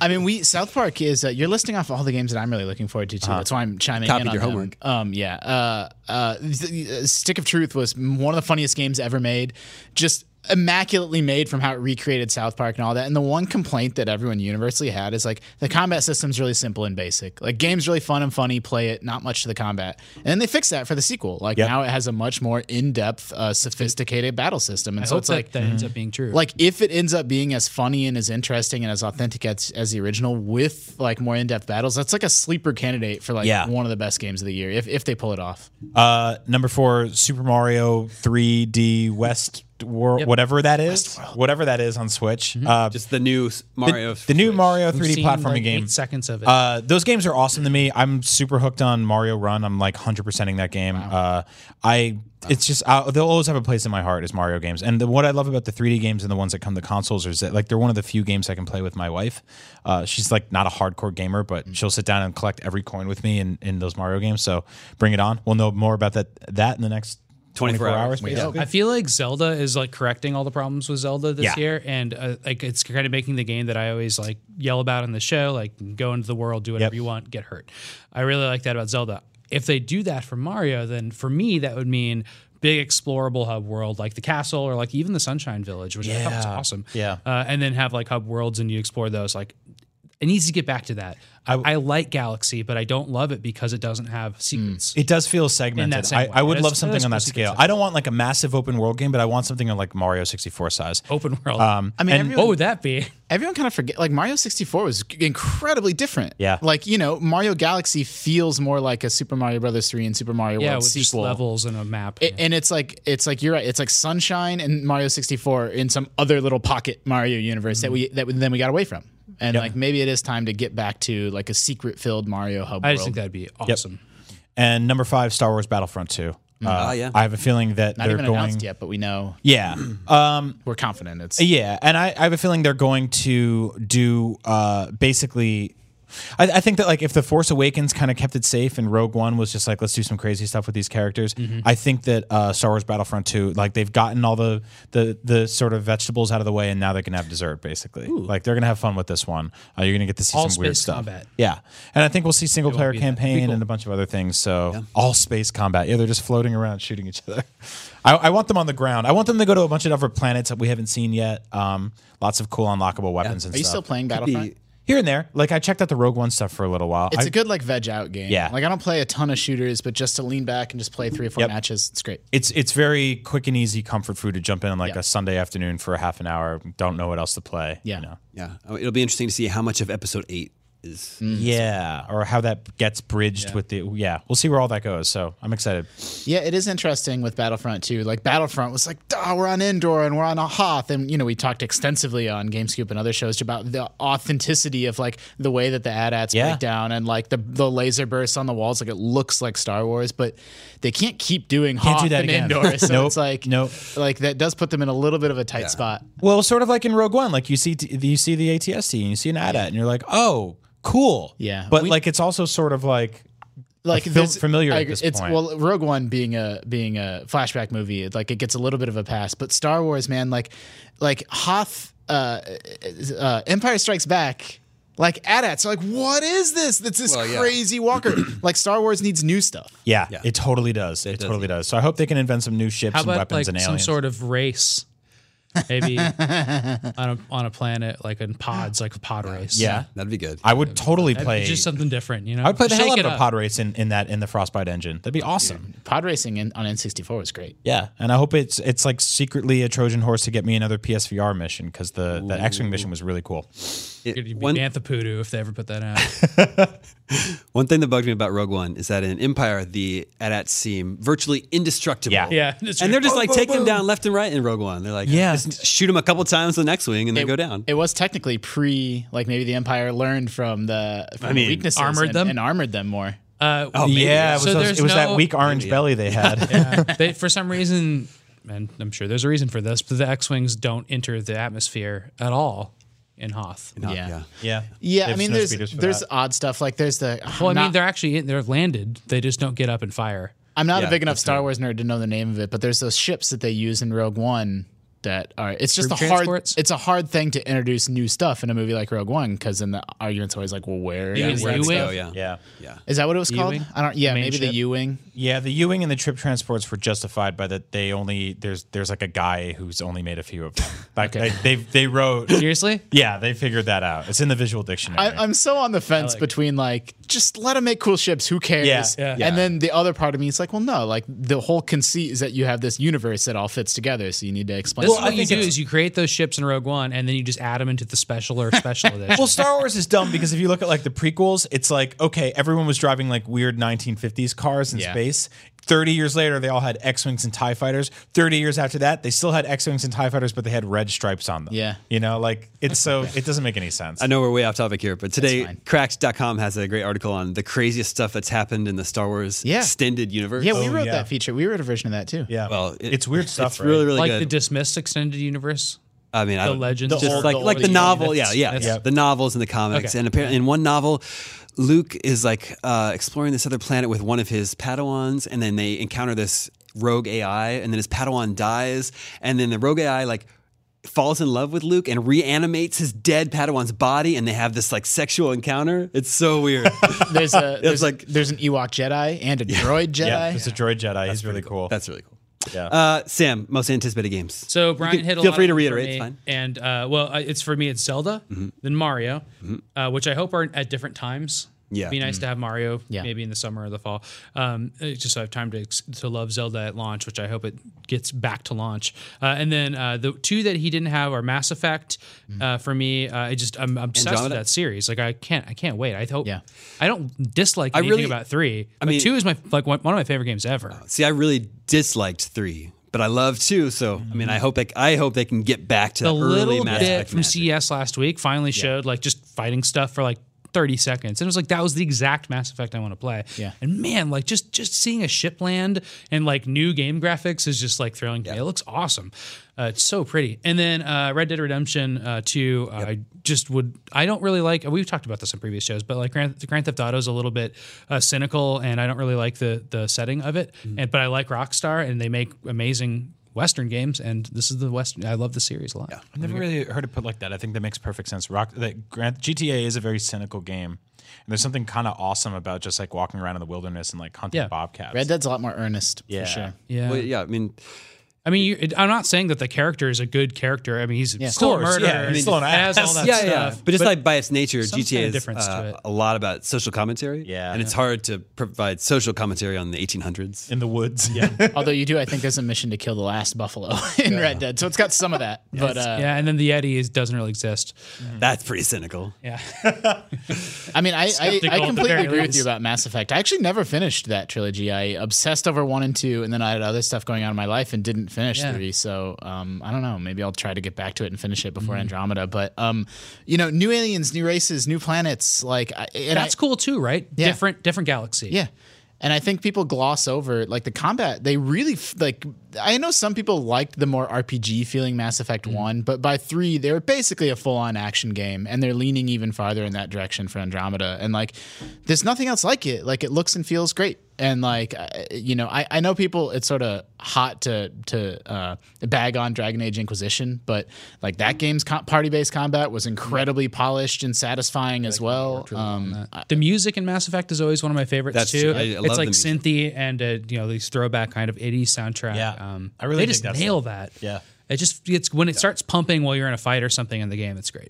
S5: I mean, we South Park is uh, you're listing off all the games that I'm really looking forward to too. That's why I'm chiming
S3: Copied
S5: in on
S3: Uh-huh. your
S5: them.
S3: homework.
S5: Um, yeah. Uh, uh, th- uh, Stick of Truth was m- one of the funniest games ever made. Just immaculately made from how it recreated South Park and all that. And the one complaint that everyone universally had is like the combat system's really simple and basic. Like game's really fun and funny, play it, not much to the combat. And then they fixed that for the sequel. Like
S4: Yep.
S5: now it has a much more in-depth, uh, sophisticated battle system. And
S6: I
S5: so
S6: hope
S5: it's
S6: that,
S5: like
S6: that ends up being true.
S5: like if it ends up being as funny and as interesting and as authentic as, as the original with like more in-depth battles, that's like a sleeper candidate for like
S4: Yeah.
S5: one of the best games of the year if, if they pull it off.
S4: Uh, number four, Super Mario 3D West World, whatever that is, whatever that is on Switch.
S6: Mm-hmm.
S4: Uh,
S3: Just the new s- Mario.
S4: the new Mario 3D
S6: Seen,
S4: platforming
S6: like,
S4: game.
S6: Eight seconds of it.
S4: Uh, those games are awesome to me. I'm super hooked on Mario Run. I'm like 100%ing that game. Uh, I it's just i they'll always have a place in my heart is Mario games. And the, what I love about the 3D games and the ones that come to consoles is that like they're one of the few games I can play with my wife. Uh, she's like not a hardcore gamer, but
S6: Mm.
S4: she'll sit down and collect every coin with me in, in those Mario games. So bring it on. We'll know more about that that in the next
S3: 24
S4: 24,
S3: hours.
S4: hours. basically.
S6: I feel like Zelda is like correcting all the problems with Zelda this
S4: Yeah.
S6: year, and uh, like it's kind of making the game that I always like yell about in the show, like go into the world, do whatever
S4: Yep.
S6: you want, get hurt. I really like that about Zelda. If they do that for Mario, then for me that would mean big explorable hub world, like the castle or like even the Sunshine Village, which I thought was
S4: Yeah.
S6: awesome.
S4: Yeah.
S6: uh, and then have like hub worlds and you explore those. Like it needs to get back to that. I, I like Galaxy, but I don't love it because it doesn't
S4: Hmm.
S6: have secrets.
S4: It does feel segmented.
S6: same
S4: I,
S6: way.
S4: I would
S6: That's-
S4: love something
S6: that's
S4: on that
S6: pretty
S4: scale.
S6: consistent.
S4: I don't want like a massive open world game, but I want something like Mario 64 size.
S6: Open world.
S4: Um,
S5: I mean,
S6: what
S5: everyone,
S6: would that be?
S5: everyone kind of forget like Mario 64 was incredibly different.
S4: Yeah.
S5: Like, you know, Mario Galaxy feels more like a Super Mario Brothers 3 and Super Mario
S6: yeah,
S5: World
S6: with just
S5: sequel.
S6: levels and a map.
S5: It- and it's like it's like you're right. It's like Sunshine and Mario 64 in some other little pocket Mario universe
S6: Mm-hmm.
S5: that we that we, then we got away from. And like maybe it is time to get back to like a secret filled Mario hub
S6: I
S5: world.
S6: just think that'd be awesome.
S4: And number five, Star Wars Battlefront 2. Uh,
S3: yeah.
S4: I have a feeling that
S5: Not
S4: they're
S5: even
S4: going.
S5: announced yet, but we know
S4: Yeah. um,
S5: we're confident. It's
S4: yeah. And I, I have a feeling they're going to do uh, basically. I, I think that like if the Force Awakens kind of kept it safe and Rogue One was just like let's do some crazy stuff with these characters,
S5: Mm-hmm.
S4: I think that uh, Star Wars Battlefront 2 like they've gotten all the the the sort of vegetables out of the way and now they can have dessert basically. Like they're gonna have fun with this one. Uh, you're gonna get to see
S6: All
S4: some weird
S6: space
S4: stuff.
S6: combat.
S4: Yeah, and I think we'll see single player
S6: be that.
S4: campaign and a bunch of other things. So all space combat. Yeah, they're just floating around shooting each other. I, I want them on the ground. I want them to go to a bunch of other planets that we haven't seen yet. Um, lots of cool unlockable weapons and
S5: Are you
S4: stuff.
S5: still playing Battlefront?
S4: Here and there. Like I checked out the Rogue One stuff for a little while.
S5: It's
S4: I-
S5: a good like veg out game.
S4: Yeah.
S5: Like I don't play a ton of shooters, but just to lean back and just play three or four
S4: Yep.
S5: matches, it's great.
S4: it's it's very quick and easy comfort food to jump in on like
S5: Yeah.
S4: a Sunday afternoon for a half an hour. Don't know what else to play.
S5: Yeah.
S4: You know?
S3: Yeah, Oh, it'll be interesting to see how much of Episode Eight is.
S5: Mm.
S4: Yeah. Or how that gets bridged with the yeah. We'll see where all that goes. So I'm excited.
S5: Yeah, it is interesting with Battlefront too. Like Battlefront was like, "Duh, we're on Endor and we're on a Hoth," and you know we talked extensively on GameScoop and other shows about the authenticity of like the way that the AT-ATs
S4: Yeah.
S5: break down and like the the laser bursts on the walls. Like it looks like Star Wars, but they can't keep doing Hoth
S4: do that
S5: and
S4: again.
S5: Endor. So
S4: Nope,
S5: it's like,
S4: nope.
S5: like that does put them in a little bit of a tight spot.
S4: Well, sort of like in Rogue One, like you see you see the ATST and you see an AT-AT and you're like, oh, cool.
S5: Yeah.
S4: But
S5: We-
S4: like it's also sort of like
S5: like
S4: feel
S5: this-
S4: familiar
S5: I
S4: at this
S5: agree. it's
S4: point.
S5: well rogue one being a being a flashback movie it, like it gets a little bit of a pass but star wars man like like hoth uh, uh empire strikes back like AT-ATs are like what is this that's this
S3: Well, yeah.
S5: crazy walker like star wars needs new stuff
S4: yeah, it totally does. It, totally does. So I hope they can invent some new ships
S6: How
S4: and
S6: about like
S4: weapons and aliens.
S6: some sort of race? Maybe on a on a planet like in pods, like a pod race.
S4: yeah.
S3: That'd be good.
S4: I would totally play
S6: just something different. You know,
S4: I would play the hell
S6: Shake
S4: out
S6: it
S4: of a
S6: up.
S4: pod race in, in that in the Frostbite engine. That'd be awesome.
S5: pod racing in, on n64 was great
S4: Yeah. And I hope it's it's like secretly a Trojan horse to get me another PSVR mission because the, the X Wing mission was really cool.
S3: It-
S6: It'd be
S3: one,
S6: Banthapoodoo if they ever put that out.
S3: one thing that bugged me about Rogue One is that in Empire, the AT-ATs seem virtually indestructible.
S4: Yeah.
S6: yeah,
S3: And they're just like taking them down left and right in Rogue One. They're like,
S4: Yeah.
S3: just shoot them a couple times with an X-wing and they go down.
S5: it was technically pre like maybe the empire learned from the from the
S3: mean,
S5: weaknesses
S6: armored
S5: and,
S6: them?
S5: and armored them more
S6: Uh,
S4: oh, yeah, it was,
S6: So
S4: those-
S6: there's
S4: it was
S6: no-
S4: that weak orange belly they had.
S6: uh, they, for some reason, and I'm sure there's a reason for this, but the X wings don't enter the atmosphere at all in Hoth.
S3: Not-
S5: yeah.
S4: Yeah.
S5: yeah
S4: They
S5: i
S4: have
S5: mean
S4: snow
S5: there's
S4: speeders for
S5: there's
S4: that.
S5: odd stuff like there's the
S6: Well, I
S5: not-
S6: mean, they're actually in, they're landed. They just don't get up and fire.
S5: I'm not
S4: Yeah,
S5: a big enough Star Wars nerd to know the name of it, but there's those ships that they use in Rogue One that are it's just
S6: Group
S5: a hard
S6: transports?
S5: it's a hard thing to introduce new stuff in a movie like Rogue One because then the argument's always like, well, where
S6: Yeah,
S5: is
S6: where
S5: that
S6: do we-
S5: stuff?
S3: Oh, yeah.
S4: Yeah.
S5: Is that what it was called?
S6: U-wing?
S5: I don't. Yeah,
S6: Main
S5: maybe the
S6: ship?
S5: U wing.
S4: Yeah, the Ewing and the trip transports were justified by that they only there's there's like a guy who's only made a few of them. Like they, they they wrote
S6: Seriously?
S4: Yeah, they figured that out. It's in the visual dictionary.
S5: I, I'm so on the fence
S6: like-
S5: between like just let them make cool ships. Who cares?
S4: Yeah, yeah.
S5: And then the other part of me is like, well, no. Like the whole conceit is that you have this universe that all fits together, so you need to explain.
S6: This
S5: it.
S6: is what you do is you create those ships in Rogue One, and then you just add them into the special or special edition.
S4: well, Star Wars is dumb because if you look at like the prequels, it's like okay, everyone was driving like weird 1950s cars in
S5: Yeah.
S4: space. 30 years later, they all had X-wings and Tie fighters. 30 years after that, they still had X-wings and Tie fighters, but they had red stripes on them.
S5: Yeah.
S4: you know, like it's so it doesn't make any sense.
S3: I know we're way off topic here, but today
S5: fine.
S3: cracked.com has a great article on the craziest stuff that's happened in the Star Wars
S5: Yeah.
S3: extended universe.
S5: yeah, we
S6: Oh,
S5: wrote
S4: yeah.
S5: that feature. We wrote a version of that too.
S4: Yeah,
S3: Well, Oh, it-
S4: it's weird stuff.
S3: It's
S4: right?
S3: really, really
S6: like
S3: good.
S6: the dismissed extended universe.
S3: I mean, I
S6: The
S3: don't-
S6: legends,
S3: just
S5: old-
S3: like
S5: the
S3: like the
S5: old
S3: novel, yeah,
S5: units.
S3: yeah,
S6: That's-
S3: the novels and the comics.
S6: Okay.
S3: And apparently, in one novel, Luke is like uh, exploring this other planet with one of his Padawans, and then they encounter this rogue AI, and then his Padawan dies, and then the rogue AI like falls in love with Luke and reanimates his dead Padawan's body, and they have this like sexual encounter. It's so weird.
S5: There's a there's
S3: like-
S5: like there's an Ewok Jedi and a droid Jedi.
S4: Yeah, it's a droid Jedi. He's really cool.
S3: That's really cool.
S4: Yeah.
S3: Uh, Sam, most anticipated games.
S6: So Brian
S3: can-
S6: hit. A
S3: feel
S6: lot
S3: free
S6: of
S3: to
S6: them for
S3: reiterate,
S6: me,
S3: it's fine. Mm-hmm.
S6: And uh, well, I- it's for me. It's Zelda, then Mario, uh, which I hope are at different times.
S3: Yeah. Mm-hmm.
S6: be nice to have Mario
S5: Yeah.
S6: maybe in the summer or the fall, um, uh, just so I have time to ex- to love Zelda at launch, which I hope it gets back to launch. Uh, and then uh, the two that he didn't have are Mass Effect.
S3: Mm-hmm.
S6: Uh, for me, uh, I just I'm obsessed with
S3: Andromeda?
S6: that series. Like I can't I can't wait. I hope.
S5: Yeah.
S6: I don't dislike anything
S3: really-
S6: about three. I
S3: mean- Oh,
S6: two is my like one, one of my favorite games ever.
S3: See, I really disliked three, but I love two. So I mean, I hope like, I hope they can get back to
S6: the
S3: that early
S6: Mm-hmm. little
S3: Mass
S6: bit
S3: Effect
S6: from
S3: magic.
S6: CES last week finally showed like just fighting stuff for like 30 seconds. And it was like that was the exact Mass Effect I want to play.
S5: Yeah.
S6: And man, like just just seeing a ship land and like new game graphics is just like thrilling to me. It looks awesome. Uh, it's so pretty. And then uh, Red Dead Redemption uh, 2, uh, I just would I don't really like we've talked about this in previous shows, but like Grand, Grand Theft Auto is a little bit uh, cynical and I don't really like the the setting of it. And but I like Rockstar and they make amazing Western games, and this is the Western. I love the series a lot. Yeah.
S4: I've never really heard it put like that. I think that makes perfect sense. Rock that Grant GTA is a very cynical game, and there's something kind of awesome about just like walking around in the wilderness and like hunting
S6: Yeah.
S4: bobcats.
S5: Red Dead's a lot more earnest
S4: Yeah.
S5: for sure.
S6: Yeah.
S3: Well, yeah, I mean,
S6: I mean, you, it- I'm not saying that the character is a good character. I mean, he's still
S4: Of course,
S6: a murderer.
S4: yeah. I mean,
S6: he's
S4: still an
S6: has all
S4: ass.
S6: that
S4: Yeah,
S3: yeah, yeah.
S6: stuff.
S3: But just like by its nature,
S6: some
S3: GTA
S6: kind of
S3: is
S6: difference to
S3: uh,
S6: it.
S3: a lot about social commentary.
S4: Yeah.
S3: and it's hard to provide social commentary on the 1800s.
S4: in the woods. Yeah,
S5: Although you do, I think there's a mission to kill the last buffalo in Red Dead, so it's got some of that. But uh,
S6: yeah, and then the Yeti is, doesn't really exist.
S4: Mm-hmm.
S3: That's pretty cynical.
S6: Yeah.
S5: I mean, I, I,
S6: Skeptical
S5: I
S6: at the
S5: completely
S6: very
S5: agree with
S6: least.
S5: you about Mass Effect. I actually never finished that trilogy. I obsessed over one and two, and then I had other stuff going on in my life and didn't finish
S6: Yeah.
S5: three. So um, I don't know. Maybe I'll try to get back to it and finish it before Andromeda. But um, you know, new aliens, new races, new planets. Like I- and
S6: That's
S5: I,
S6: cool too, right?
S5: Yeah.
S6: Different different galaxy.
S5: yeah. And I think people gloss over like the combat. They really f- like. I know some people liked the more RPG feeling Mass Effect One, but by three, they were basically a full-on action game, and they're leaning even farther in that direction for Andromeda. And like, there's nothing else like it. Like, it looks and feels great. And like, I- you know, I, I know people. It's sort of hot to to uh, bag on Dragon Age Inquisition, but like that game's com- party-based combat was incredibly polished and satisfying as well. Um,
S6: The music in Mass Effect is always one of my favorites
S3: That's true.
S6: too.
S3: I- I
S6: it's
S3: love
S6: like
S3: the music.
S6: synthy and uh, you know these throwback kind of 80s soundtrack.
S4: Yeah.
S6: Um,
S4: I really
S6: they
S4: dig
S6: just
S4: that
S6: nail that.
S4: Yeah.
S6: It just it's when it starts pumping while you're in a fight or something in the game. It's great.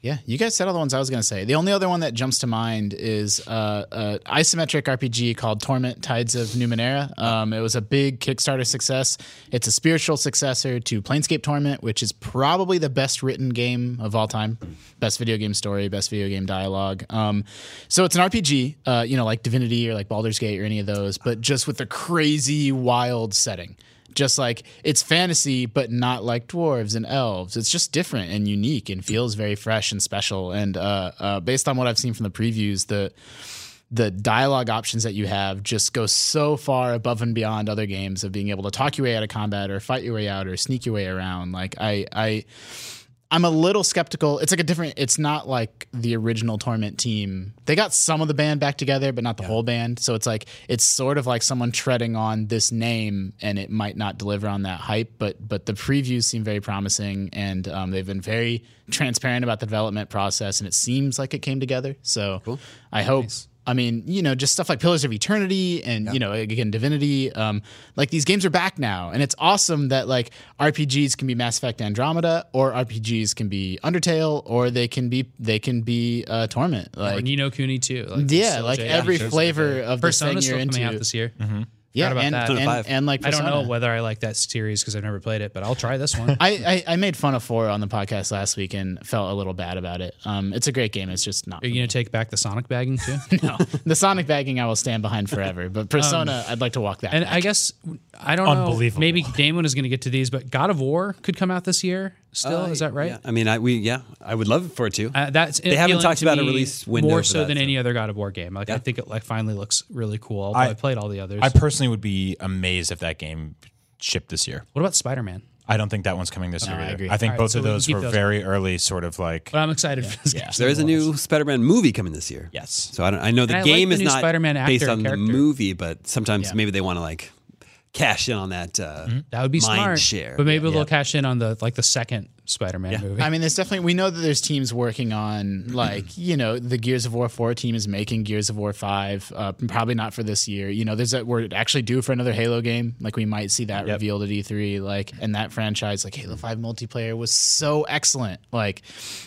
S5: Yeah, you guys said all the ones I was going to say. The only other one that jumps to mind is uh, an isometric RPG called Torment Tides of Numenera. Um, it was a big Kickstarter success. It's a spiritual successor to Planescape Torment, which is probably the best written game of all time. Best video game story, best video game dialogue. Um, so it's an RPG, uh, you know, like Divinity or like Baldur's Gate or any of those, but just with a crazy, wild setting just like it's fantasy but not like dwarves and elves it's just different and unique and feels very fresh and special and uh, uh, based on what i've seen from the previews the the dialogue options that you have just go so far above and beyond other games of being able to talk your way out of combat or fight your way out or sneak your way around like i i I'm a little skeptical. It's like a different. It's not like the original Torment team. They got some of the band back together, but not the whole band. So it's like it's sort of like someone treading on this name, and it might not deliver on that hype. But but the previews seem very promising, and um, they've been very transparent about the development process, and it seems like it came together. So I hope. I mean, you know, just stuff like Pillars of Eternity and, you know, again, Divinity. Um, like these games are back now. And it's awesome that like RPGs can be Mass Effect Andromeda or RPGs can be Undertale or they can be, they can be uh, Torment.
S6: or
S5: Like,
S6: Nino Cooney too. Like,
S5: yeah,
S6: still
S5: like
S6: Jay.
S5: every
S6: Sure.
S5: flavor of this thing
S6: Persona's
S5: you're
S6: still
S5: into.
S6: coming out this year.
S3: Mm-hmm.
S5: yeah,
S6: about
S5: and,
S6: that.
S5: and,
S3: Five.
S5: and, like,
S6: I don't know
S5: Persona.
S6: whether I like that series because I've never played it, but I'll try this one.
S5: I, I, I made fun of four on the podcast last week and felt a little bad about it. Um, it's a great game. It's just not.
S6: Are you gonna take back the Sonic bagging too?
S5: no, the Sonic bagging I will stand behind forever, but Persona, I'd like to walk that.
S6: Um, And
S5: back.
S6: I guess I don't
S4: Unbelievable.
S6: know. Maybe Damon is gonna get to these, but God of War could come out this year. Still, is that right?
S3: Uh, Yeah. I mean, I, we yeah, I would love for it to.
S6: Uh, that's they
S3: haven't talked about a release window
S6: more
S3: for
S6: so
S3: that,
S6: than
S3: so-
S6: any other God of War game. Like I think it like finally looks really cool. although I,
S4: I-
S6: played all the others.
S4: I personally would be amazed if that game shipped this year.
S6: what about Spider Man?
S4: I don't think that one's coming this year.
S5: I
S4: either.
S5: agree.
S4: I think
S6: All right,
S4: both
S6: so
S4: of
S6: we can
S4: those
S6: keep
S4: were
S6: those.
S4: very early, sort of like
S6: But I'm excited for this game.
S3: there is a new Spider-Man movie coming this year.
S4: yes.
S3: So I don't. I know the
S6: And I like
S3: game
S6: the
S3: is
S6: new
S3: not
S6: Spider-Man actor
S3: based
S6: and
S3: on the
S6: character.
S3: movie, but sometimes
S5: Yeah.
S3: maybe they want to like cash in on that. Uh,
S6: Mm-hmm. That would be
S3: mind
S6: smart.
S3: share.
S6: But maybe they'll cash in on the like the second Spider Man movie.
S5: I mean, there's definitely we know that there's teams working on like you know the Gears of War four team is making Gears of War five, uh, probably not for this year. You know, there's that we're actually due for another Halo game. Like we might see that revealed at E3. Like and that franchise, like Halo five multiplayer was so excellent. Like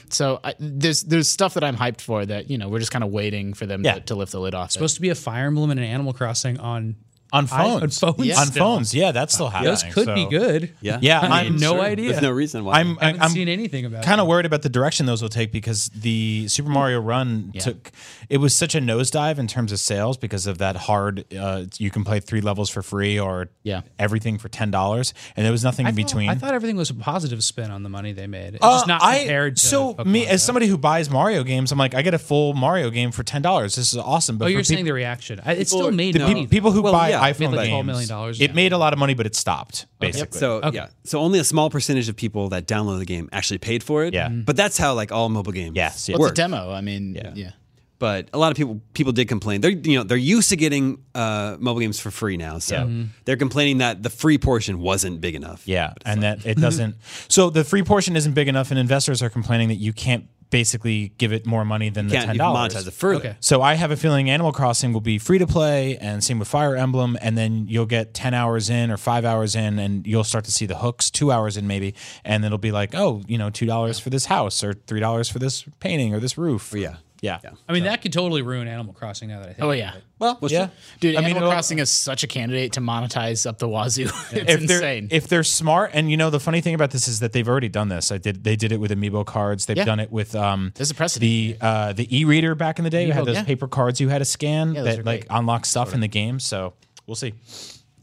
S5: so I, there's there's stuff that I'm hyped for that you know we're just kind of waiting for them
S4: Yeah.
S5: to, to lift the lid off. it.
S6: supposed to be a Fire Emblem and an Animal Crossing on
S4: on
S6: I-
S4: phones,
S6: on phones
S4: on
S6: still.
S4: phones. Yeah, that's still happening.
S6: Those could be
S4: so-
S6: good.
S3: yeah,
S4: Yeah,
S6: I
S4: I'm
S6: have no
S4: sure.
S6: idea.
S3: There's no reason why.
S4: I'm,
S6: I haven't
S4: I'm
S6: seen anything about.
S4: kind
S6: it.
S4: of worried about the direction those will take because the Super Mario Run took it was such a nosedive in terms of sales because of that hard. Uh, you can play three levels for free or
S5: Yeah.
S4: everything for ten dollars, and there was nothing in between.
S6: I thought everything was a positive spin on the money they made. It's
S4: Uh,
S6: just not
S4: I-
S6: compared to
S4: so me
S6: Pokemon,
S4: as
S6: though.
S4: somebody who buys Mario games, I'm like, I get a full Mario game for ten dollars. This is awesome. But
S6: Oh,
S4: for
S6: you're
S4: peop-
S6: saying the reaction. I, it still
S3: are-
S6: made
S3: the
S6: money.
S4: pe- people who
S3: Well,
S4: buy
S3: yeah.
S4: iPhone
S6: Made like $12
S4: games,
S6: million dollars
S4: it
S6: now.
S4: made a lot of money, but it stopped basically.
S3: So
S6: Okay.
S3: yeah, so only a small percentage of people that download the game actually paid for it.
S4: Yeah. Mhm.
S3: but that's how like all mobile games.
S4: Yes, yeah.
S5: Well,
S3: work.
S5: it's a demo. I mean, yeah.
S3: but a lot of people people did complain. They're you know they're used to getting uh, mobile games for free now, so they're complaining that the free portion wasn't big enough.
S4: Yeah, and that it doesn't. so the free portion isn't big enough, and investors are complaining that you can't basically give it more money than the
S3: can't
S4: ten
S3: you
S4: dollars.
S3: monetize it further.
S6: Okay.
S4: So I have a feeling Animal Crossing will be free to play, and same with Fire Emblem, and then you'll get ten hours in or five hours in, and you'll start to see the hooks. Two hours in maybe, and it'll be like, oh, you know, two dollars for this house or three dollars for this painting or this roof.
S3: Yeah.
S4: yeah,
S6: I mean, that could totally ruin Animal Crossing now that I think.
S5: Oh
S6: about
S5: yeah.
S6: it.
S3: Well, well,
S4: yeah.
S3: sure.
S5: Dude,
S4: I mean,
S5: Animal
S4: it'll-
S5: Crossing is such a candidate to monetize up the wazoo. it's
S4: if they're
S5: insane.
S4: if they're smart, and you know, the funny thing about this is that they've already done this. I did. They did it with Amiibo cards. They've
S5: Yeah.
S4: done it with um,
S5: There's a precedent.
S4: the uh, the e-reader back in the day. you had those
S5: yeah.
S4: paper cards you had to scan
S5: Yeah, those are
S4: that like
S5: great.
S4: unlock stuff in the game. So we'll see.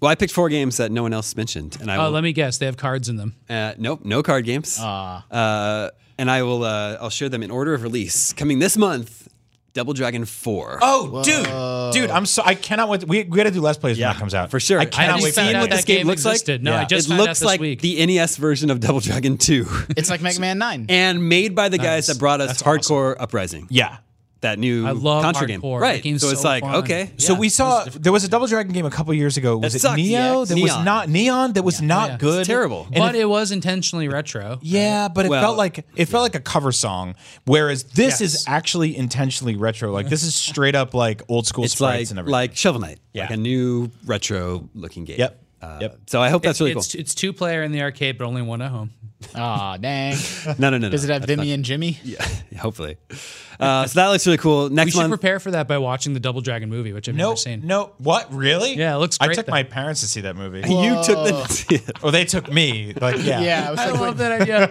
S3: Well, I picked four games that no one else mentioned, and I
S6: Oh,
S3: will,
S6: let me guess. They have cards in them.
S3: uh, nope, no card games. Uh, and I will uh, I'll share them in order of release coming this month. Double Dragon Four.
S4: Oh, dude, dude, I'm so I cannot wait. We, we got to do less plays
S3: Yeah,
S4: when that comes out
S3: for sure.
S4: I
S3: Have
S4: cannot
S3: you
S4: wait. for
S3: seen
S4: that
S3: what
S4: to
S3: this
S4: come
S3: game
S6: game
S3: looks like?
S6: existed. No, I
S3: Yeah.
S6: just
S3: it
S6: found out
S3: looks
S6: this
S3: like
S6: week.
S3: the NES version of Double Dragon Two,
S5: it's like Mega Man 9.
S3: and made by the guys that brought us Hardcore Uprising.
S4: out. Yeah.
S3: that new
S6: I love
S3: Contra game.
S6: Hardcore.
S3: Right.
S6: That game's
S3: so it's
S6: so
S3: like,
S6: fun.
S3: okay.
S4: So
S3: yeah.
S4: we saw there was a Double Dragon game a couple years ago. Was it
S3: sucked,
S4: Neo?
S3: yeah.
S4: That was
S3: Neon.
S4: not Neon. That was
S5: Oh,
S4: not
S6: Yeah.
S4: good.
S3: It's terrible.
S4: And
S6: But it was intentionally retro.
S4: Yeah, but it
S3: Well,
S4: felt like it felt like a cover song. Whereas
S6: Yes.
S4: this is actually intentionally retro. Like this is straight up like old school
S3: it's like
S4: sprites and everything.
S3: like Shovel Knight, like
S4: Yeah.
S3: a new retro looking game.
S4: Yep.
S3: Uh,
S4: Yep.
S3: So I hope that's really
S6: it's
S3: cool.
S6: it's two player in the arcade, but only one at home.
S5: Aw, dang.
S3: no, no, no.
S5: Does it
S3: no,
S5: have
S3: that's
S5: Vimy and Jimmy?
S3: not- Hopefully. Uh, so that looks really cool.
S6: We
S3: Next
S6: should
S3: month.
S6: prepare for that by watching the Double Dragon movie, which I've
S4: no,
S6: never seen.
S4: no. What really?
S6: Yeah, it looks
S4: I
S6: great,
S4: took
S6: though.
S4: my parents to see that movie.
S3: you took the.
S4: Or they took me. Like yeah,
S5: Yeah, I was
S6: I
S5: like,
S6: love that idea.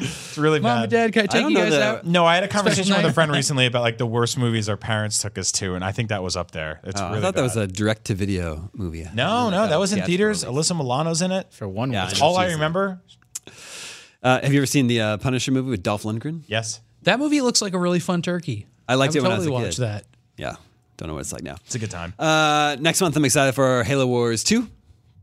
S4: it's really
S6: Mom
S4: bad.
S6: and Dad, can I take
S3: don't
S6: you
S3: know
S6: guys
S3: that-
S6: out?
S4: No, I had a conversation with
S6: night.
S4: a friend recently about like the worst movies our parents took us to, and I think that was up there. It's
S6: Oh,
S3: I
S4: really
S3: thought that was
S4: bad.
S3: a direct to video movie.
S4: no, no, that was in
S3: theatrical
S4: theaters.
S3: release.
S4: Alyssa Milano's in it.
S5: for one
S3: Yeah,
S5: watch.
S3: I know.
S4: All I remember,
S3: Uh, have you ever seen the uh, Punisher movie with Dolph Lundgren?
S4: yes,
S6: That movie looks like a really fun turkey.
S3: I liked
S6: I
S3: it
S6: would
S3: when I was
S6: totally
S3: a
S6: watch
S3: kid.
S6: that.
S3: Yeah. Don't know what it's like now.
S4: it's a good time.
S3: Uh, next month, I'm excited for Halo Wars 2.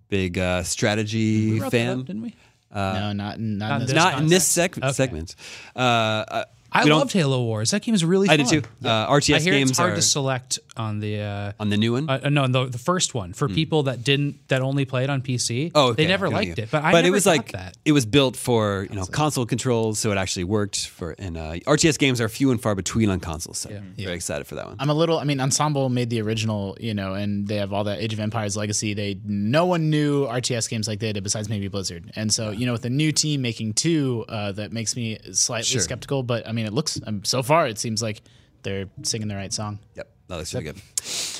S3: Big uh, strategy
S6: Brought that
S3: fan.
S6: up, didn't we?
S5: no, not in- not, in
S6: Not
S5: this.
S6: this
S3: Not in this sec-
S6: Okay.
S3: segment. Uh, uh,
S6: I
S3: we don't-
S6: loved Halo Wars. That game is really.
S3: I
S6: fun.
S3: did too. Uh, RTS
S6: I hear
S3: games
S6: it's hard
S3: are
S6: to select on the. Uh,
S3: on the new one.
S6: uh, uh, no, the, the first one for people that didn't that only played on PC.
S3: Oh, okay.
S6: they never
S3: Got
S6: liked
S3: you.
S6: it, but I
S3: it
S6: never
S3: was
S6: got
S3: like
S6: that.
S3: it was built for you know console controls, so it actually worked for. And uh, RTS games are few and far between on consoles, so very excited for that one.
S5: I'm a little. I mean, Ensemble made the original, you know, and they have all that Age of Empires legacy. They no one knew RTS games like they did, besides maybe Blizzard. And so, you know, with the new team making two, uh, that makes me slightly
S3: Sure.
S5: skeptical. But I mean, it looks um, so far, it seems like they're singing the right song.
S3: Yep, that looks really good.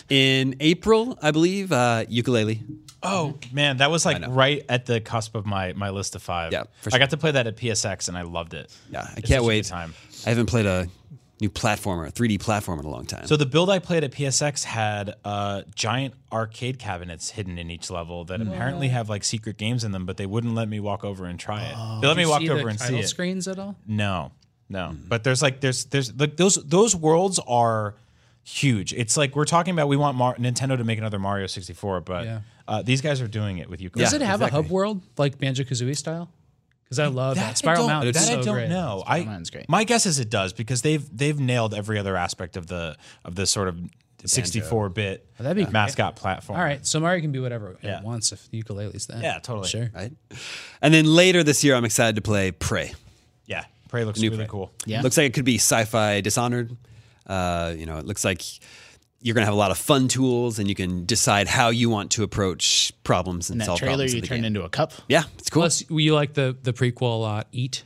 S3: In April, I believe, uh, ukulele.
S4: Oh man, that was like right at the cusp of my my list of five.
S3: Yeah, for
S4: I got to play that at PSX and I loved it.
S3: Yeah, I
S4: It's such a
S3: can't
S4: good
S3: wait.
S4: Time.
S3: I haven't played a new platformer, a 3D platformer in a long time.
S4: So the build I played at PSX had uh, giant arcade cabinets hidden in each level that apparently have like secret games in them, but they wouldn't let me walk over and try it. they let me
S6: Oh, You
S4: walk
S6: see the
S4: over and see
S6: title
S4: it.
S6: screens at all?
S4: No, no.
S3: Mm-hmm.
S4: But there's like there's there's like those those worlds are huge. It's like we're talking about we want Mar- Nintendo to make another Mario 64, but
S6: Yeah.
S4: uh, these guys are doing it with you.
S6: Does it have a hub world like Banjo Kazooie style? Because I love that, Spiral Mountain.
S4: That
S6: is so
S4: I don't
S6: great.
S4: know. I
S5: Mountain's great.
S4: my guess is it does because they've they've nailed every other aspect of the of the sort of 64 bit
S6: Oh, that'd be great.
S4: mascot platform.
S6: All right, so Mario can be whatever
S4: Yeah.
S6: it wants if the ukulele's that.
S4: Yeah, totally.
S6: Sure.
S3: right? And then later this year, I'm excited to play Prey.
S4: Yeah. Prey looks
S3: New
S4: really
S3: Prey.
S4: cool.
S5: Yeah.
S3: Looks like it could be sci-fi Dishonored. Uh, you know, it looks like you're gonna have a lot of fun tools, and you can decide how you want to approach problems and,
S5: And that
S3: solve
S5: trailer
S3: problems. in
S5: you
S3: the
S5: turned
S3: game.
S5: into a cup.
S3: yeah, it's cool.
S6: Plus, you like the the prequel a lot. Eat.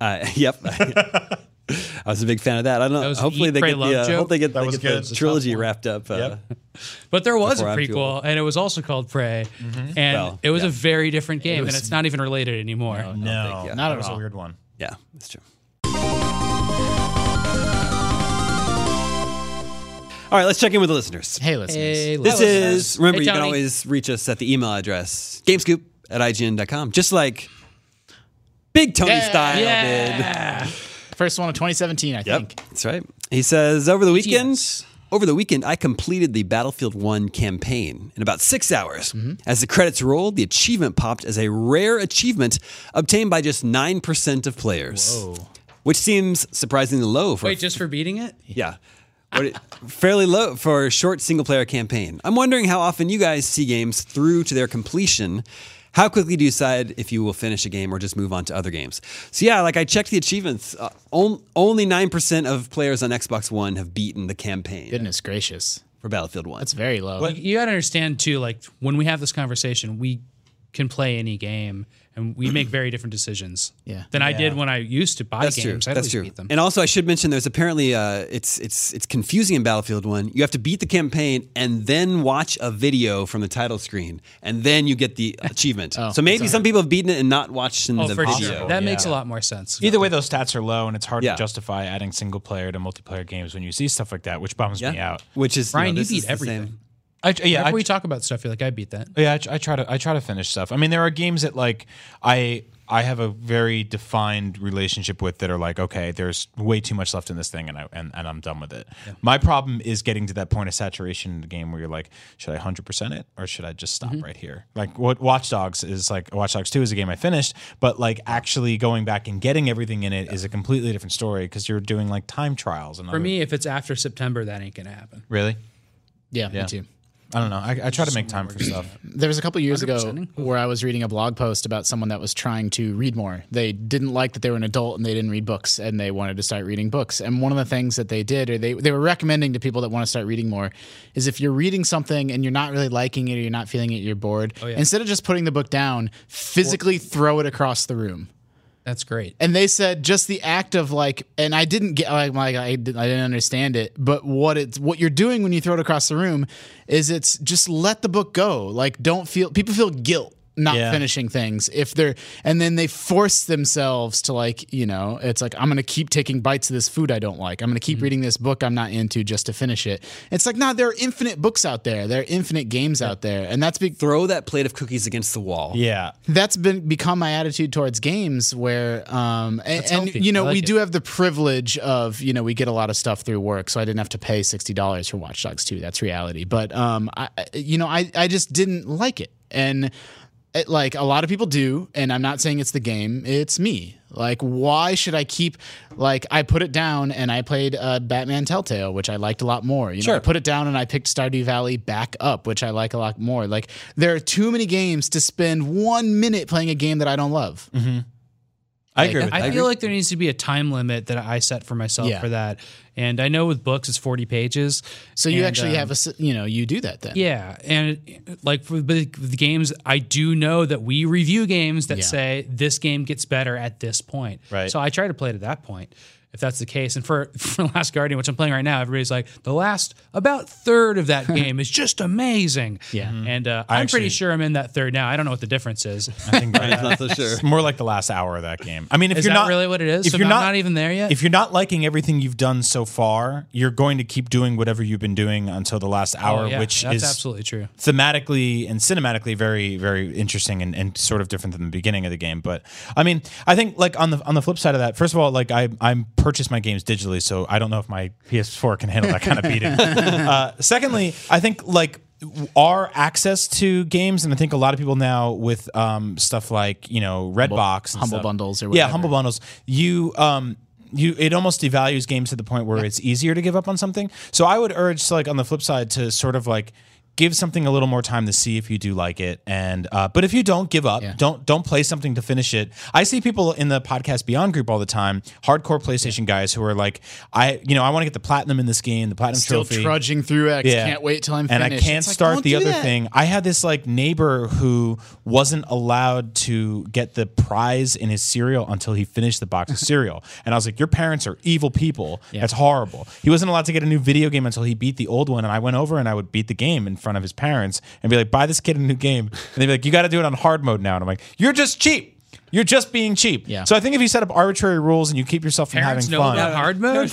S3: Uh, yep. I was a big fan of that. I don't know.
S6: was an
S3: Hopefully
S6: eat,
S3: they
S6: pray,
S3: get
S6: love
S3: the uh,
S6: joke.
S3: hope they get,
S4: That
S3: they
S4: was
S3: get the
S4: good. It's a
S3: trilogy wrapped up. Uh,
S4: Yep.
S6: But there was
S3: Before
S6: a
S3: I'm too
S6: prequel,
S3: old.
S6: and it was also called Prey, and
S3: Well,
S6: it was
S3: yeah.
S6: a very different game, and it's not even related anymore.
S4: No,
S3: think, yeah.
S5: Not
S4: that
S5: at
S4: was a
S5: all.
S4: weird one.
S3: Yeah, that's true. All right, let's check in with the listeners.
S5: Hey, listeners.
S6: Hey,
S3: This
S6: Lewis.
S3: is, remember,
S6: Hey,
S3: you can
S6: Tony.
S3: always reach us at the email address gamescoop at ign.com, just like Big Tony
S5: Yeah.
S3: Style did.
S6: Yeah.
S5: First one of 2017, I think.
S3: That's right. He says over the weekend. Over the weekend, I completed the Battlefield 1 campaign in about six hours. As the credits rolled, the achievement popped as a rare achievement obtained by just 9% of players. Which seems surprisingly low for.
S6: Wait, just for beating it?
S3: yeah. What it- fairly low for a short single player campaign. I'm wondering how often you guys see games through to their completion. How quickly do you decide if you will finish a game or just move on to other games? So yeah, like I checked the achievements. Uh, on, only nine percent of players on Xbox One have beaten the campaign
S5: Goodness gracious,
S3: for Battlefield One.
S5: that's very low.
S6: You got to understand too, like when we have this conversation, we can play any game, and we make very different decisions.
S5: Yeah.
S6: Than I did when I used to buy
S3: That's true.
S6: games. I'd
S3: That's
S6: always
S3: true.
S6: beat them.
S3: And also, I should mention there's apparently uh, it's it's it's confusing in Battlefield One. You have to beat the campaign and then watch a video from the title screen, and then you get the achievement. so maybe some people have beaten it and not watched in
S6: oh,
S3: the
S6: for
S3: video.
S6: sure. That makes a lot more sense.
S4: Either way, those stats are low, and it's hard
S3: Yeah.
S4: to justify adding single player to multiplayer games when you see stuff like that, which bums me out.
S3: Which is
S6: Brian,
S3: you, know,
S6: you
S3: this
S6: beat
S3: is the
S6: everything.
S3: same.
S4: I, yeah,
S6: Whenever
S4: I,
S6: we talk about stuff, you're like, I beat that.
S4: yeah, I, tr- I try to I try to finish stuff. I mean, there are games that like I I have a very defined relationship with that are like, okay, there's way too much left in this thing, and I and, and I'm done with it. My problem is getting to that point of saturation in the game where you're like, should I 100 percent it or should I just stop
S6: Mm-hmm.
S4: right here? Like, what Watch Dogs is like, Watch Dogs Two is a game I finished, but like actually going back and getting everything in it is a completely different story because you're doing like time trials and
S6: For me, if it's after September, that ain't gonna happen.
S4: really.
S5: yeah, me too.
S4: I don't know. I, I try to make time for stuff.
S5: There was a couple years ago where I was reading a blog post about someone that was trying to read more. They didn't like that they were an adult and they didn't read books and they wanted to start reading books. And one of the things that they did, or they, they were recommending to people that want to start reading more, is if you're reading something and you're not really liking it or you're not feeling it, you're bored, instead of just putting the book down, physically throw it across the room.
S6: That's great.
S5: And they said just the act of like, and I didn't get like, like I, didn't, I didn't understand it, but what it's what you're doing when you throw it across the room is it's just let the book go. Like don't feel people feel guilt not
S4: Yeah.
S5: finishing things if they're and then they force themselves to like you know it's like i'm gonna keep taking bites of this food i don't like i'm gonna
S6: Mm-hmm.
S5: keep reading this book i'm not into just to finish it it's like nah there are infinite books out there there are infinite games out there and that's big
S3: Throw that plate of cookies against the wall.
S4: Yeah,
S5: that's been become my attitude towards games where um and, and
S6: healthy.
S5: you know
S6: I like
S5: we
S6: it.
S5: do have the privilege of you know we get a lot of stuff through work so i didn't have to pay $60 for watch dogs 2 that's reality but um i I- you know i i just didn't like it and it, like a lot of people do, and I'm not saying it's the game, it's me. Like, why should I keep, like, I put it down and I played uh, Batman Telltale, which I liked a lot more. You know, I
S3: Sure.
S5: put it down and I picked Stardew Valley back up, which I like a lot more. Like, there are too many games to spend one minute playing a game that I don't love.
S6: Mm-hmm.
S4: I agree. With
S6: I,
S4: that.
S6: feel like there needs to be a time limit that I set for myself
S5: Yeah.
S6: for that. And I know with books it's 40 pages.
S5: So you
S6: And,
S5: actually
S6: um,
S5: have a, s- you know, you do that then.
S6: Yeah, and it, like for the, the games, I do know that we review games that
S5: Yeah.
S6: say this game gets better at this point.
S4: Right.
S6: So I try to play it at that point, if that's the case. And for for Last Guardian, which I'm playing right now, everybody's like, the last about third of that game is just amazing.
S5: Yeah. Mhm.
S6: and uh,
S4: I
S6: I'm pretty
S4: actually-
S6: sure I'm in that third now. I don't know what the difference is.
S4: I think
S3: I'm not so sure.
S4: it's more like the last hour of that game. I mean, if
S6: Is
S4: you're
S6: that
S4: not
S6: really what it is?
S4: if
S6: So
S4: you're
S6: I'm
S4: not,
S6: not even there yet?
S4: if you're not liking everything you've done so far, you're going to keep doing whatever you've been doing until the last hour,
S6: Oh, yeah,
S4: which
S6: that's
S4: is
S6: absolutely true.
S4: thematically and cinematically very very interesting and, and sort of different than the beginning of the game but i mean i think like on the on the flip side of that first of all like i i'm purchased my games digitally so i don't know if my ps4 can handle that kind of beating uh, secondly i think like our access to games, and I think a lot of people now with um, stuff like you know Redbox, and
S5: Humble
S4: stuff-
S5: Bundles or
S4: yeah,
S5: whatever.
S4: Humble bundles you um you it almost devalues games to the point where it's easier to give up on something so i would urge like on the flip side to sort of like give something a little more time to see if you do like it and uh, but if you don't give up don't don't play something to finish it i see people in the podcast beyond group all the time hardcore playstation guys who are like i you know i want to get the platinum in this game the platinum
S5: Still
S4: trophy
S5: trudging through X. Can't wait till I'm
S4: and
S5: finished.
S4: I can't
S5: It's like,
S4: start
S5: don't
S4: the
S5: do
S4: other
S5: that.
S4: thing. I had this like neighbor who wasn't allowed to get the prize in his cereal until he finished the box of cereal. And I was like, Your parents are evil people. That's horrible. He wasn't allowed to get a new video game until he beat the old one. And I went over and I would beat the game in front of his parents and be like, Buy this kid a new game. And they'd be like, You got to do it on hard mode now. And I'm like, You're just cheap. You're just being cheap.
S5: Yeah.
S4: So I think if you set up arbitrary rules and you keep yourself from
S6: Parents know
S4: having fun.
S6: about hard mode.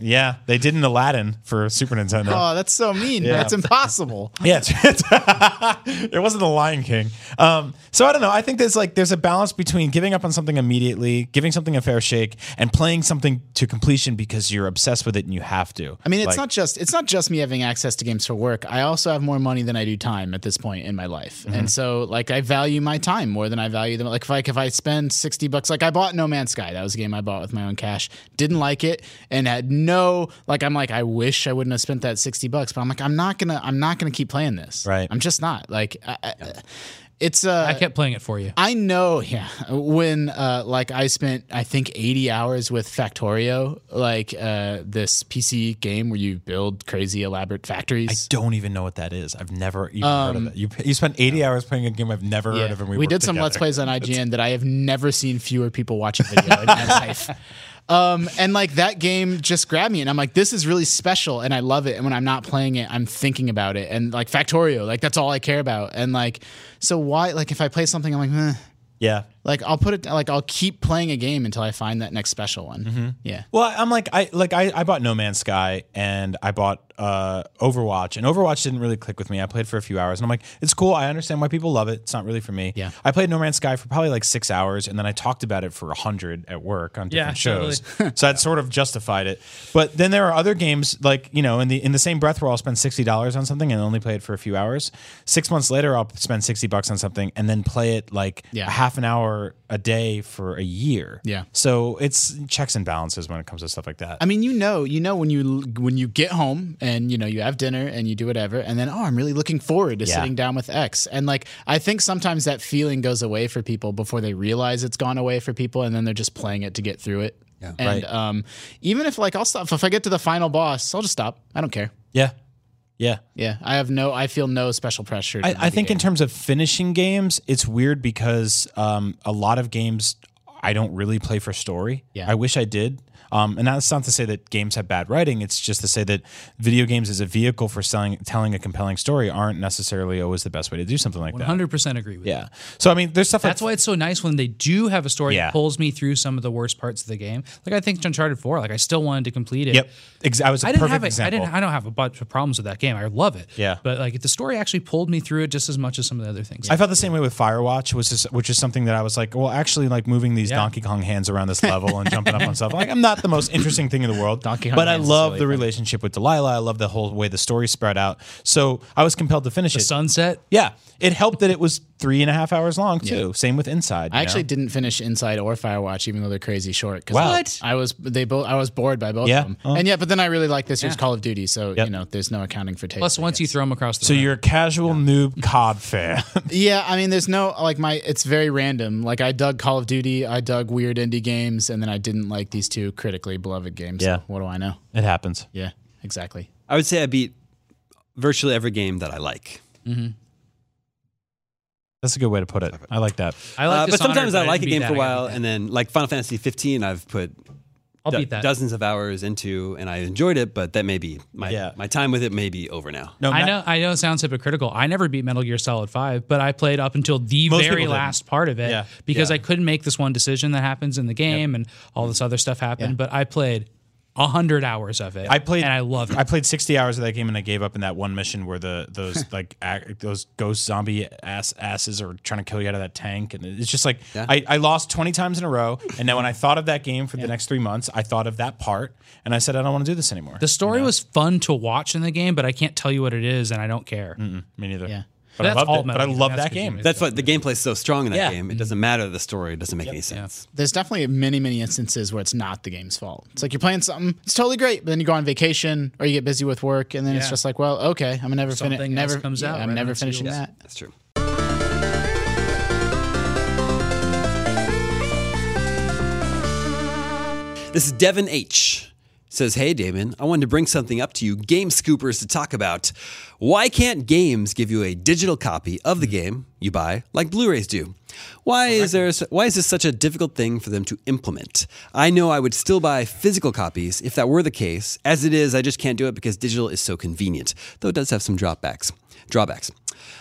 S4: yeah, they did in Aladdin for Super Nintendo.
S5: Oh, that's so mean. That's impossible.
S4: Yeah, it's, it's- it wasn't the Lion King. Um, so I don't know. I think there's like there's a balance between giving up on something immediately, giving something a fair shake, and playing something to completion because you're obsessed with it and you have to.
S5: I mean, it's not just it's not just me having access to games for work. I also have more money than I do time at this point in my life,
S4: Mm-hmm.
S5: and so like I value my time more than I value them. Like if I if I spend sixty bucks, like I bought No Man's Sky. That was a game I bought with my own cash. Didn't like it, and had no like I'm like I wish I wouldn't have spent that sixty bucks, but I'm like I'm not gonna I'm not gonna keep playing this.
S4: Right.
S5: I'm just not like. I, I, it's uh,
S6: I kept playing it for you.
S5: I know, yeah. When uh, like I spent, I think eighty hours with Factorio, like uh, this PC game where you build crazy elaborate
S4: I
S5: factories.
S4: don't even know what that is. I've never even heard of it. You, you spent 80 hours playing a game I've never heard of, and we,
S5: Um, we did
S4: worked
S5: some
S4: together.
S5: let's plays on IGN that I have never seen fewer people watch a video in my life. Um, and like that game just grabbed me, and I'm like, this is really special, and I love it. And when I'm not playing it, I'm thinking about it, and like Factorio, like that's all I care about. And like, so why, like, if I play something, I'm like, eh.
S4: Yeah.
S5: like I'll put it, like I'll keep playing a game until I find that next special one.
S4: Mm-hmm.
S5: Yeah.
S4: Well, I'm like I like I, I bought No Man's Sky and I bought uh, Overwatch and Overwatch didn't really click with me. I played for a few hours and I'm like, it's cool. I understand why people love it. It's not really for me.
S5: Yeah.
S4: I played No Man's Sky for probably like six hours and then I talked about it for a hundred at work on
S6: Yeah,
S4: different shows. so that sort of justified it. But then there are other games like you know in the in the same breath where I'll spend sixty dollars on something and only play it for a few hours. Six months later, I'll spend sixty bucks on something and then play it like
S5: Yeah.
S4: a half an hour a day for a year.
S5: Yeah.
S4: So it's checks and balances when it comes to stuff like that.
S5: I mean, you know, you know when you when you get home and you know you have dinner and you do whatever, and then oh, I'm really looking forward to
S4: Yeah.
S5: sitting down with X. And like, I think sometimes that feeling goes away for people before they realize it's gone away for people, and then they're just playing it to get through it. Yeah, and
S4: Right.
S5: um, even if like I'll stop if I get to the final boss, I'll just stop. I don't care.
S4: yeah. Yeah.
S5: Yeah, I have no, I feel no special pressure. to
S4: I,
S5: do
S4: I
S5: the
S4: think
S5: game.
S4: in terms of finishing games, it's weird because um, a lot of games I don't really play for story.
S5: Yeah.
S4: I wish I did. Um, and that's not to say that games have bad writing. It's just to say that video games as a vehicle for selling, telling a compelling story aren't necessarily always the best way to do something like that.
S6: 100% agree with you.
S4: Yeah. So I mean, there's stuff
S6: That's
S4: like
S6: why it's so nice when they do have a story
S4: Yeah.
S6: that pulls me through some of the worst parts of the game. Like I think Uncharted Four, like I still wanted to complete it.
S4: Yep. Ex- I was a
S6: I didn't
S4: perfect
S6: have a, I
S4: example.
S6: didn't. I don't have a bunch of problems with that game. I love it.
S4: Yeah.
S6: But like the story actually pulled me through it just as much as some of the other things.
S4: I felt the same way with Firewatch, which is which is something that I was like, well, actually, like moving these Donkey Kong hands around this level and jumping up on stuff. Like, I'm not not the most interesting thing in the world,
S5: Donkey Kong
S4: but I
S5: Man's
S4: love
S5: silly,
S4: the
S5: but-
S4: relationship with Delilah. I love the whole way the story spread out. So I was compelled to finish
S6: The
S4: it.
S6: sunset.
S4: yeah, it helped that it was three and a half hours long too. Same with Inside.
S5: I
S4: you
S5: actually
S4: know?
S5: didn't finish Inside or Firewatch, even though they're crazy short. 'cause
S4: Wow.
S5: I-
S4: What?
S5: I was they both I was bored by both
S4: Yeah.
S5: of them.
S4: Oh.
S5: And yeah, but then I really like this year's Call of Duty, so
S4: Yep.
S5: you know, there's no accounting for taste.
S6: Plus,
S5: I
S6: once you
S5: guess.
S6: throw them across the
S4: So
S6: room.
S4: you're a casual noob COD fan.
S5: Yeah, I mean, there's no like my. It's very random. Like I dug Call of Duty, I dug weird indie games, and then I didn't like these two critically beloved games.
S4: Yeah.
S5: So what do I know?
S4: it happens.
S5: Yeah, exactly.
S3: I would say I beat virtually every game that I like. Uh,
S4: That's a good way to put it. I like that.
S6: I like
S3: Uh, but
S6: Dishonored,
S3: sometimes I
S6: didn't
S3: like a
S6: beat
S3: game
S6: that.
S3: for a
S6: I gotta
S3: while,
S6: beat
S3: and then like Final Fantasy 15, I've put
S6: that. I'll
S3: do-
S6: beat that.
S3: dozens of hours into, and I enjoyed it. But that may be my
S4: Yeah.
S3: my time with it may be over now.
S4: No,
S6: I
S4: Matt-
S6: know. I know. It sounds hypocritical. I never beat Metal Gear Solid Five, but I played up until the
S4: Most people
S6: very
S4: didn't.
S6: last part of it
S4: Yeah.
S6: because
S4: Yeah.
S6: I couldn't make this one decision that happens in the game, and all this other stuff happened. But I played hundred hours of it.
S4: I played
S6: and I loved
S4: I
S6: it.
S4: played 60 hours of that game and I gave up in that one mission where the those like ac those ghost zombie ass asses are trying to kill you out of that tank and it's just like I, I lost 20 times in a row and now when I thought of that game for the next 3 months I thought of that part and I said I don't want to do this anymore.
S6: The story was fun to watch in the game, but I can't tell you what it is, and I don't care.
S4: Me neither.
S5: Yeah.
S4: But
S6: That's
S4: I loved
S6: all
S4: it. But I
S6: Metal Gear.
S4: love
S6: That's
S4: that
S6: good
S4: game.
S6: game.
S3: That's what the gameplay's so strong in that
S4: Yeah.
S3: game. It doesn't matter the story; it doesn't make any sense.
S5: There's definitely many, many instances where it's not the game's fault. It's like you're playing something, it's totally great, but then you go on vacation or you get busy with work, and then it's
S6: Yeah.
S5: just like, well, okay, I'm gonna never finish.
S6: Something else
S5: Never
S6: comes
S5: yeah,
S6: out
S5: I'm
S6: right
S5: never
S6: on its
S5: finishing
S6: heels.
S5: that.
S3: That's true. This is Devin H. Says, hey Damon, I wanted to bring something up to you, game scoopers, to talk about. Why can't games give you a digital copy of the game you buy, like Blu-rays do? Why is there? Why is this such a difficult thing for them to implement? I know I would still buy physical copies if that were the case. As it is, I just can't do it because digital is so convenient, though it does have some drawbacks. Drawbacks.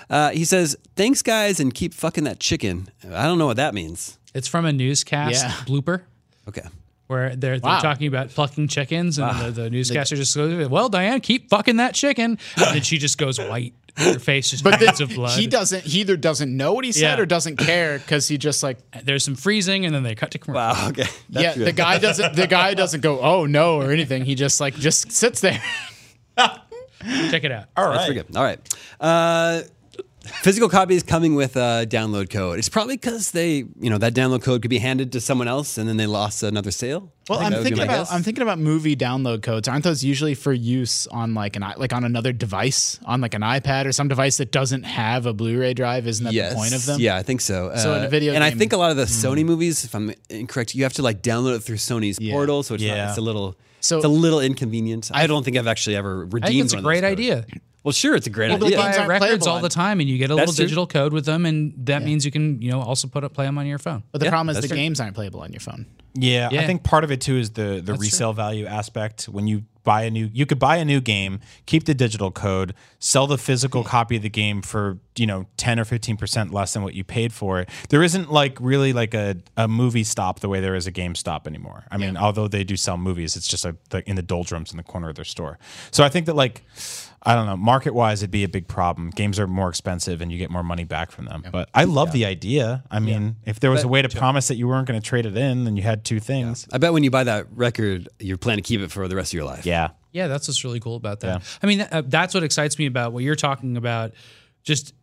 S3: Uh, he says, thanks guys, and keep fucking that chicken. I don't know what that means.
S6: It's from a newscast
S5: Yeah.
S6: blooper.
S3: Okay.
S6: Where they're, they're
S5: Wow.
S6: talking about plucking chickens, and
S4: Ah,
S6: the, the newscaster just goes, "Well, Diane, keep fucking that chicken," and then she just goes white. Her face is
S5: But
S6: beads
S5: then
S6: of blood.
S5: he doesn't. He either doesn't know what he said
S6: Yeah.
S5: or doesn't care because he just like
S6: there's some freezing and then they cut to commercial.
S3: Wow. Okay.
S5: yeah. The guy doesn't. The guy doesn't go oh no or anything. He just like just sits there.
S6: Check it out.
S4: All
S3: That's
S4: right.
S3: pretty good. All right. Uh, physical copies coming with a download code. It's probably because they, you know, that download code could be handed to someone else and then they lost another sale.
S5: Well,
S3: I think
S5: I'm
S3: that would be
S5: thinking
S3: my
S5: about
S3: guess.
S5: I'm thinking about movie download codes. Aren't those usually for use on like an i- like on another device, on like an iPad or some device that doesn't have a Blu-ray drive? Isn't that
S3: yes.
S5: the point of them?
S3: Yeah, I think so. Uh,
S5: So in a video
S3: and I
S5: game- hmm.
S3: think a lot of the Sony movies, if I'm incorrect, you have to like download it through Sony's portal, so it's, not,
S4: Yeah.
S3: it's a little,
S5: So-
S3: it's a little inconvenient. I don't think I've actually ever redeemed.
S6: I think it's a
S3: one of
S6: great
S3: those codes.
S6: idea.
S3: Well, sure, it's a great
S5: but the
S3: idea.
S5: games
S6: Buy
S5: aren't
S6: records
S5: playable
S6: all the
S5: on-
S6: time, and you get a little
S3: That's true.
S6: digital code with them, and that means you can, you know, also put up play them on your phone.
S5: But the
S3: Yeah,
S5: problem is
S3: that's
S5: the
S3: true.
S5: games aren't playable on your phone.
S4: Yeah, I
S6: Yeah.
S4: think part of it too is the the resale value aspect. When you buy a new, you could buy a new game, keep the digital code, sell the physical copy of the game for you know ten or fifteen percent less than what you paid for it. There isn't like really like a, a movie stop the way there is a game stop anymore. I mean, although they do sell movies, it's just like the, in the doldrums in the corner of their store. So I think that like I don't know, market wise, it'd be a big problem. Games are more expensive, and you get more money back from them. But I love the idea. I mean, if there was a way to promise that you weren't going to trade it in, then you had two things.
S3: I bet when you buy that record, you're planning to keep it for the rest of your life.
S4: Yeah.
S6: Yeah, that's what's really cool about that. I mean, uh, that's what excites me about what you're talking about. Just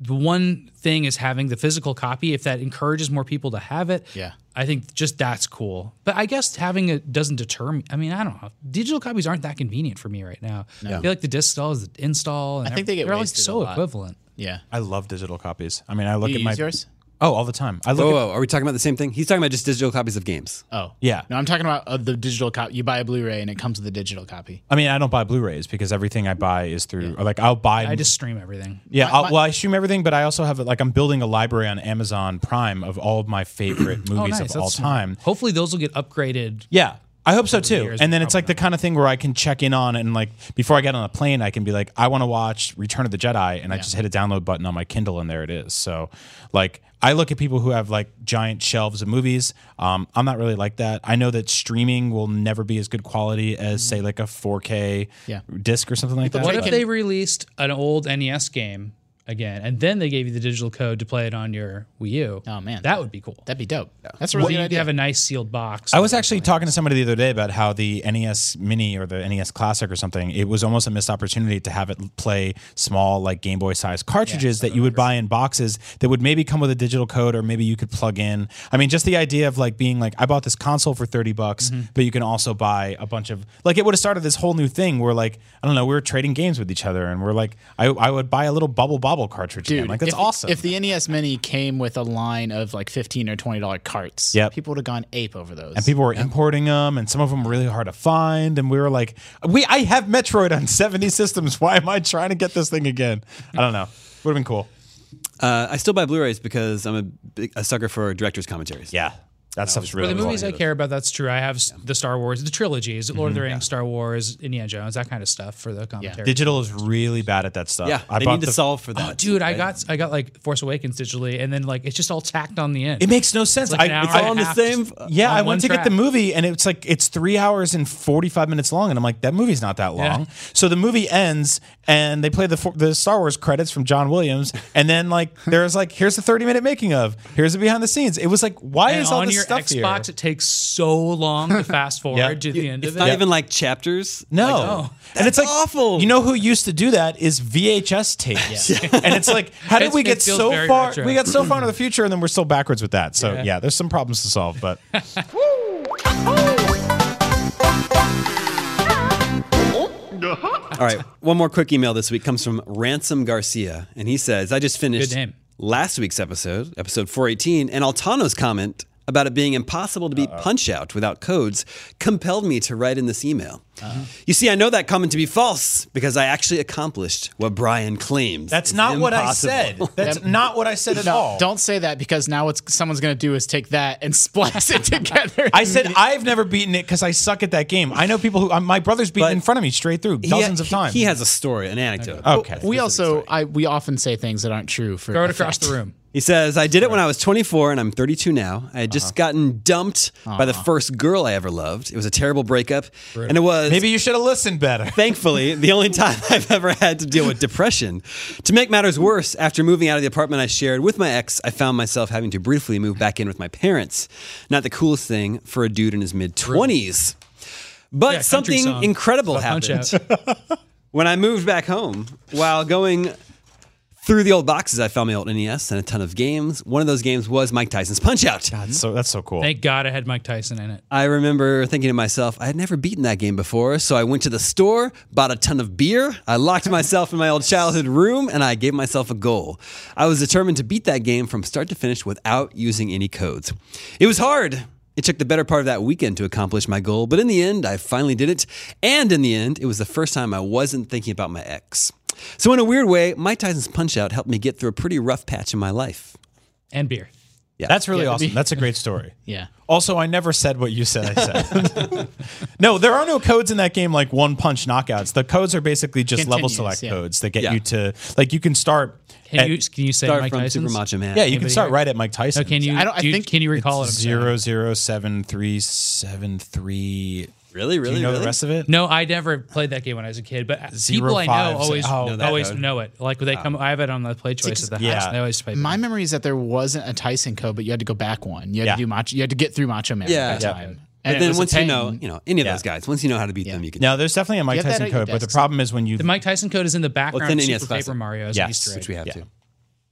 S6: the one thing is having the physical copy. If that encourages more people to have it,
S5: Yeah.
S6: I think just that's cool. But I guess having it doesn't deter me. I mean, I don't know. Digital copies aren't that convenient for me right now. I feel like the disc install is the install. And
S5: I think they get
S6: they're all like
S5: wasted a
S6: so
S5: lot.
S6: equivalent.
S5: Yeah.
S4: I love digital copies. I mean, I look
S5: Do
S4: at
S5: you
S4: my
S5: use yours?
S4: oh all the time. I look
S3: Whoa,
S4: at
S3: whoa, are we talking about the same thing? He's talking about just digital copies of games.
S5: Oh.
S4: Yeah.
S5: No, I'm talking about uh, the digital copy. You buy a Blu-ray and it comes with a digital copy.
S4: I mean, I don't buy Blu-rays because everything I buy is through. or, Like I'll buy.
S6: I just stream everything.
S4: yeah. I'll, well, I stream everything, but I also have like I'm building a library on Amazon Prime of all of my favorite movies
S6: nice.
S4: of all
S6: That's smart.
S4: time.
S6: Hopefully, those will get upgraded.
S4: Yeah. I hope so too.
S6: years,
S4: And then it's like the kind of thing where I can check in on and like before I get on a plane, I can be like, I want to watch Return of the Jedi, and I just hit a download button on my Kindle, and there it is. So, like, I look at people who have like giant shelves of movies. Um, I'm not really like that. I know that streaming will never be as good quality as say like a 4K
S5: Yeah.
S4: disc or something like that.
S6: What
S4: but-
S6: if they released an old NES E game again, and then they gave you the digital code to play it on your Wii U.
S5: Oh, man.
S6: that would be cool.
S5: That'd be dope. That's a really
S6: you
S5: good
S6: could
S5: idea.
S6: have a nice sealed box.
S4: I was actually talking to somebody the other day about how the NES Mini or the NES Classic or something, it was almost a missed opportunity to have it play small, like Game Boy size cartridges that you would buy in boxes that would maybe come with a digital code or maybe you could plug in. I mean, just the idea of like being like, I bought this console for 30 bucks, but you can also buy a bunch of, like, it would have started this whole new thing where, like, I don't know, we were trading games with each other and we're like, I, I would buy a little Bubble Bobble cartridge. again. Like, that's
S5: if,
S4: awesome.
S5: If the NES Mini came with a line of like fifteen or twenty dollar carts,
S4: Yep.
S5: people would have gone ape over those.
S4: people were importing them and some of them were really hard to find and we were like we i have metroid on 70 systems why am i trying to get this thing again i don't know would have been cool
S3: Uh, I still buy Blu-rays because I'm a, big, a sucker for director's commentaries.
S4: yeah that stuff's
S6: For
S4: really
S6: the
S4: cool.
S6: movies I care about, that's true. I have s the Star Wars, the trilogies, Lord of
S5: Mm-hmm.
S6: the Rings, Star Wars, Indiana Jones, that kind of stuff for the commentary.
S4: digital is really bad at that stuff
S3: Yeah,
S4: i
S3: they
S4: bought
S3: need to
S4: the
S3: solve for that.
S6: Oh, Dude, I got I got like Force Awakens digitally, and then like it's just all tacked on the end.
S4: it makes no sense
S6: like an
S4: I,
S6: hour
S4: it's
S6: and
S4: all
S6: a
S4: on the
S6: half
S3: same-
S6: just
S4: yeah,
S6: on
S4: I went
S6: one
S4: to get the
S6: track.
S4: movie and it's like it's three hours and forty five minutes long, and I'm like, that movie's not that long. So the movie ends and they play the fo- the Star Wars credits from John Williams, and then like there's like here's the thirty minute making of, here's the behind the scenes. It was like, why
S6: And
S4: is all
S6: on
S4: this
S6: your
S4: stuff here?
S6: Xbox, it takes so long to fast forward
S4: Yeah.
S6: to the end
S3: It's
S6: of
S3: not
S6: it.
S3: even like chapters.
S4: No.
S6: oh,
S4: and it's like
S3: that's awful.
S4: You know who used to do that is VHS tapes. and it's like, how did
S6: It's-
S4: we
S6: it
S4: get
S6: feels
S4: so
S6: very
S4: far?
S6: retro.
S4: We got so far into the future, and then we're still backwards with that. So yeah, there's some problems to solve, but
S3: All right, one more quick email this week comes from Ransom Garcia, and he says, "I just finished
S6: Good name.
S3: last week's episode, episode 418, and Altano's comment about it being impossible to beat Punch Out without codes compelled me to write in this email.
S6: Uh-huh.
S3: You see, I know that comment to be false because I actually accomplished what Brian claims.
S4: that's
S3: is
S4: not what I
S3: impossible.
S4: said. That's not what I said at all.
S5: Don't say that because now what's someone's going to do is take that and splice it together.
S4: I
S6: Mm-hmm.
S4: said I've never beaten it because I suck at that game. I know people who um, my brother's beaten
S3: But
S4: in front of me straight through
S3: He-
S4: dozens of
S3: he-
S4: times.
S3: He, has a story, an anecdote.
S4: okay.
S5: we also I we often say things that aren't true for
S6: throw it across
S5: effect.
S6: the room.
S3: He says, I did it when I was 24 and I'm 32 now. I had
S6: Uh-huh.
S3: just gotten dumped by the first girl I ever loved. It was a terrible breakup. And it was.
S4: Maybe you should have listened better.
S3: Thankfully, the only time I've ever had to deal with depression. To make matters worse, after moving out of the apartment I shared with my ex, I found myself having to briefly move back in with my parents. Not the coolest thing for a dude in his mid 20s. But
S6: Yeah, country
S3: something
S6: song.
S3: incredible
S6: Punch
S3: happened
S6: out.
S3: when I moved back home, while going through the old boxes, I found my old NES and a ton of games. One of those games was Mike Tyson's Punch Out.
S4: So that's so cool.
S6: Thank God I had Mike Tyson in it.
S3: I remember thinking to myself, I had never beaten that game before, so I went to the store, bought a ton of beer, I locked myself in my old childhood room, and I gave myself a goal. I was determined to beat that game from start to finish without using any codes. It was hard. It took the better part of that weekend to accomplish my goal, but in the end, I finally did it. And in the end, it was the first time I wasn't thinking about my ex. So, in a weird way, Mike Tyson's Punch Out helped me get through a pretty rough patch in my life.
S6: And beer.
S4: That's really awesome. That's a great story.
S5: Yeah.
S4: Also, I never said what you said. I said. no, there are no codes in that game like one punch knockouts. The codes are basically just level
S5: Continues,
S4: select
S5: yeah.
S4: codes that get
S3: Yeah.
S4: you to like you can start.
S6: Can
S4: at-
S6: you can you say
S3: Start
S6: Mike
S3: from
S6: Tyson's?
S3: Super Macho Man.
S4: yeah, you can start
S6: here?
S4: right at Mike Tyson.
S6: No, can you?
S5: I don't- I
S6: do you-
S5: think
S6: Can you recall it? I'm sorry.
S4: zero zero seven three seven three?
S3: Really, really,
S4: Do you know
S3: really?
S4: the rest of it?
S6: No, I never played that game when I was a kid, but
S4: Zero
S6: people I know
S4: five,
S6: always
S4: so- oh,
S3: Know that
S6: always
S3: code.
S6: know it. Like when they come, I have it on the play choice at the house.
S4: yeah.
S6: And they always play.
S5: My memory is that there wasn't a Tyson code, but you had to go back one. You had
S4: Yeah.
S5: to do macho. You had to get through Macho Man
S3: Yeah.
S5: at that
S3: Yeah.
S5: time.
S3: And
S5: it
S3: then
S5: was a
S3: once you
S5: pain.
S3: know, you know, any of those
S4: Yeah.
S3: guys, once you know how to beat them, you can.
S4: No, there's definitely a Mike
S5: have that
S4: Tyson
S5: at your
S4: code, but the
S5: desk.
S4: problem is when you
S6: The Mike Tyson code is in the
S3: Well,
S6: background.
S3: it's in
S6: of
S3: NES
S6: Super Paper
S3: Classic.
S6: Mario as
S4: Yes,
S6: an Easter egg.
S3: which we have
S4: Yeah.
S3: to.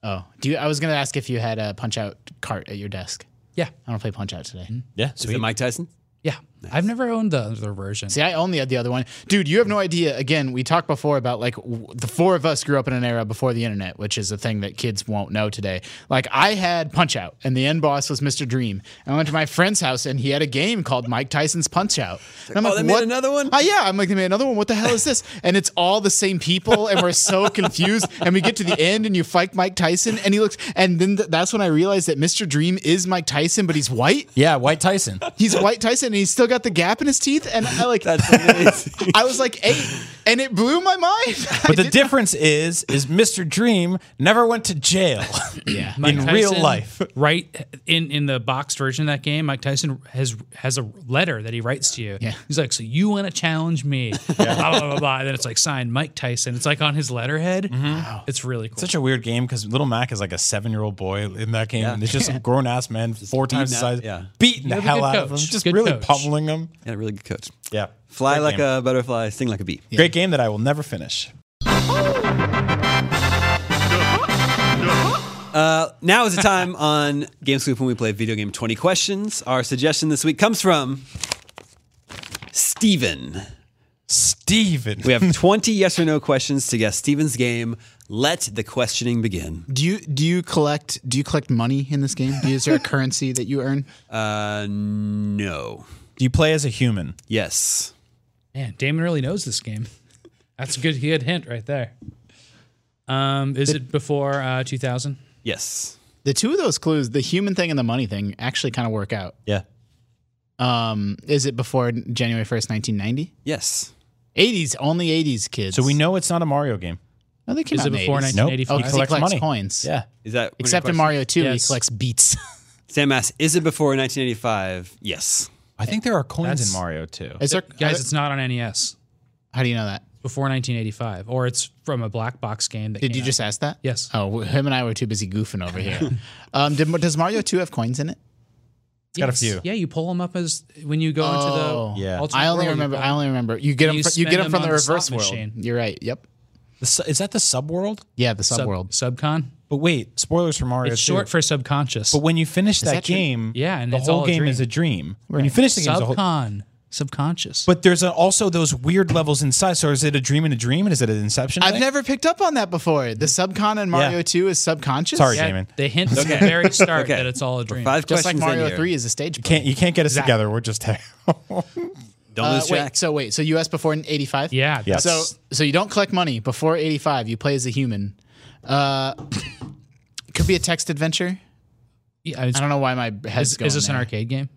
S5: Oh, do you? I was going to ask if you had a Punch Out cart at your desk.
S6: Yeah,
S5: I don't play Punch Out today. Hmm?
S4: yeah,
S3: Is it
S4: sweet.
S3: Mike Tyson?
S6: yeah. I've never owned the other version.
S5: See, I only had the other one. Dude, you have no idea. Again, we talked before about like w- the four of us grew up in an era before the internet, which is a thing that kids won't know today. Like, I had Punch Out, and the end boss was Mr. Dream. And I went to my friend's house, and he had a game called Mike Tyson's Punch Out. And I'm
S3: "Oh,
S5: like,
S3: they made
S5: what?
S3: another one?"
S5: Oh, yeah. I'm like, they made another one. What the hell is this? And it's all the same people, and we're so confused. And we get to the end, and you fight Mike Tyson, and he looks, and then th- that's when I realized that Mr. Dream is Mike Tyson, but he's white.
S4: Yeah, White Tyson.
S5: He's white Tyson, and he's still got the gap in his teeth. And I like,
S3: That's amazing.
S5: I was like eight, and it blew my mind.
S4: But the difference is, is Mr. Dream never went to jail.
S5: Yeah.
S6: Mike
S4: In real life.
S6: right in in the boxed version of that game, Mike Tyson has has a letter that he writes to you.
S5: Yeah.
S6: he's like, "So you want to challenge me?" Blah blah blah blah. And then it's like signed Mike Tyson. It's like on his letterhead. Wow, it's really cool.
S4: Mm-hmm. Such a weird game because Little Mac is like a seven-year-old boy in that game, and it's just grown ass men four times the
S3: beating
S4: size,
S3: up, yeah.
S4: beating the
S6: have a
S4: hell
S6: good
S4: out of them,
S6: coach.
S4: just
S6: Good
S4: really
S6: coach.
S4: pummeling them.
S3: Yeah, really good coach.
S4: Yeah,
S3: Fly
S4: Great
S3: like
S4: game.
S3: a butterfly, sing like a bee.
S4: great game that I will never finish.
S3: Now is the time on Game Scoop when we play video game 20 questions. Our suggestion this week comes from Steven.
S4: Steven.
S3: We have 20 yes or no questions to guess Steven's game. Let the questioning begin.
S5: Do you do you collect do you collect money in this game? Do you- Is there a currency that you earn?
S3: Uh, no.
S4: Do you play as a human?
S3: Yes.
S6: Man, Damon really knows this game. That's a good good hint right there. Um, is it before uh, 2000?
S3: Yes.
S5: The two of those clues, the human thing and the money thing, actually kind of work out.
S4: Yeah.
S5: Um, is it before January first, nineteen ninety?
S3: Yes.
S5: Eighties, only eighties kids.
S4: So we know it's not a Mario game.
S5: No, they came
S6: Is
S5: out
S6: it
S5: in the
S6: before
S5: 80s.
S4: Nope.
S5: Oh, 'cause he
S6: 1985?
S5: collects
S4: money.
S5: coins.
S4: Yeah.
S3: Is that one of your
S5: Except in
S3: questions?
S5: Mario Two, he
S6: Yes.
S5: collects beats.
S3: Sam asks, is it before 1985? Yes.
S4: I think there are coins
S6: That's-
S4: in Mario too.
S5: Is there
S6: Guys, it's not on NES.
S5: How do you know that?
S6: Before 1985, or it's from a black box game. That
S5: Did
S6: came
S5: you
S6: out.
S5: just ask that?
S6: Yes.
S5: Oh, him and I were too busy goofing over here. um, did, does Mario Two have coins in it?
S4: got a
S6: Yes.
S4: few.
S6: Yeah, you pull them up as when you go
S5: Oh.
S6: into the
S4: Yeah.
S6: alternate
S5: I only
S6: world, you
S5: remember.
S6: pull
S5: I
S6: them.
S5: only remember. You get them.
S6: You
S5: fr- You, get
S6: spend
S5: them from the
S6: them on the slot
S5: reverse world.
S6: machine.
S5: You're right. Yep.
S4: The su- is that the subworld?
S5: Yeah, the
S6: Sub-
S5: subworld.
S6: subcon.
S4: But wait, spoilers for Mario.
S6: It's
S4: 2.
S6: short for subconscious.
S4: But when you finish that,
S5: that true?
S4: game,
S6: Yeah, and
S4: the
S6: it's
S4: whole
S6: all a
S4: game
S6: dream.
S4: is a dream. When you finish the game, it's a whole.
S6: subcon, subconscious.
S4: But there's a, also those weird levels inside. So is it a dream in a dream? And is it an Inception?
S5: I've
S4: thing?
S5: never picked up on that before. The subcon in Mario
S4: Yeah.
S5: 2 is subconscious.
S4: Sorry,
S6: yeah,
S4: Damon.
S6: they hint at the very start that it's all a
S3: We're
S6: dream.
S3: Five
S5: Just like
S3: questions in
S5: Mario
S3: here.
S5: 3 is a stage play.
S4: Can't you can't get us together? We're just
S3: Don't
S5: Uh,
S3: lose track.
S5: wait, so wait, so US before 85?
S6: Yeah,
S4: Yeah.
S5: So
S4: that's-
S5: so you don't collect money before 85, you play as a human. Uh could be a text adventure.
S6: yeah, it's-
S5: I don't know why my head's
S6: is,
S5: going
S6: is this an
S5: there.
S6: arcade game?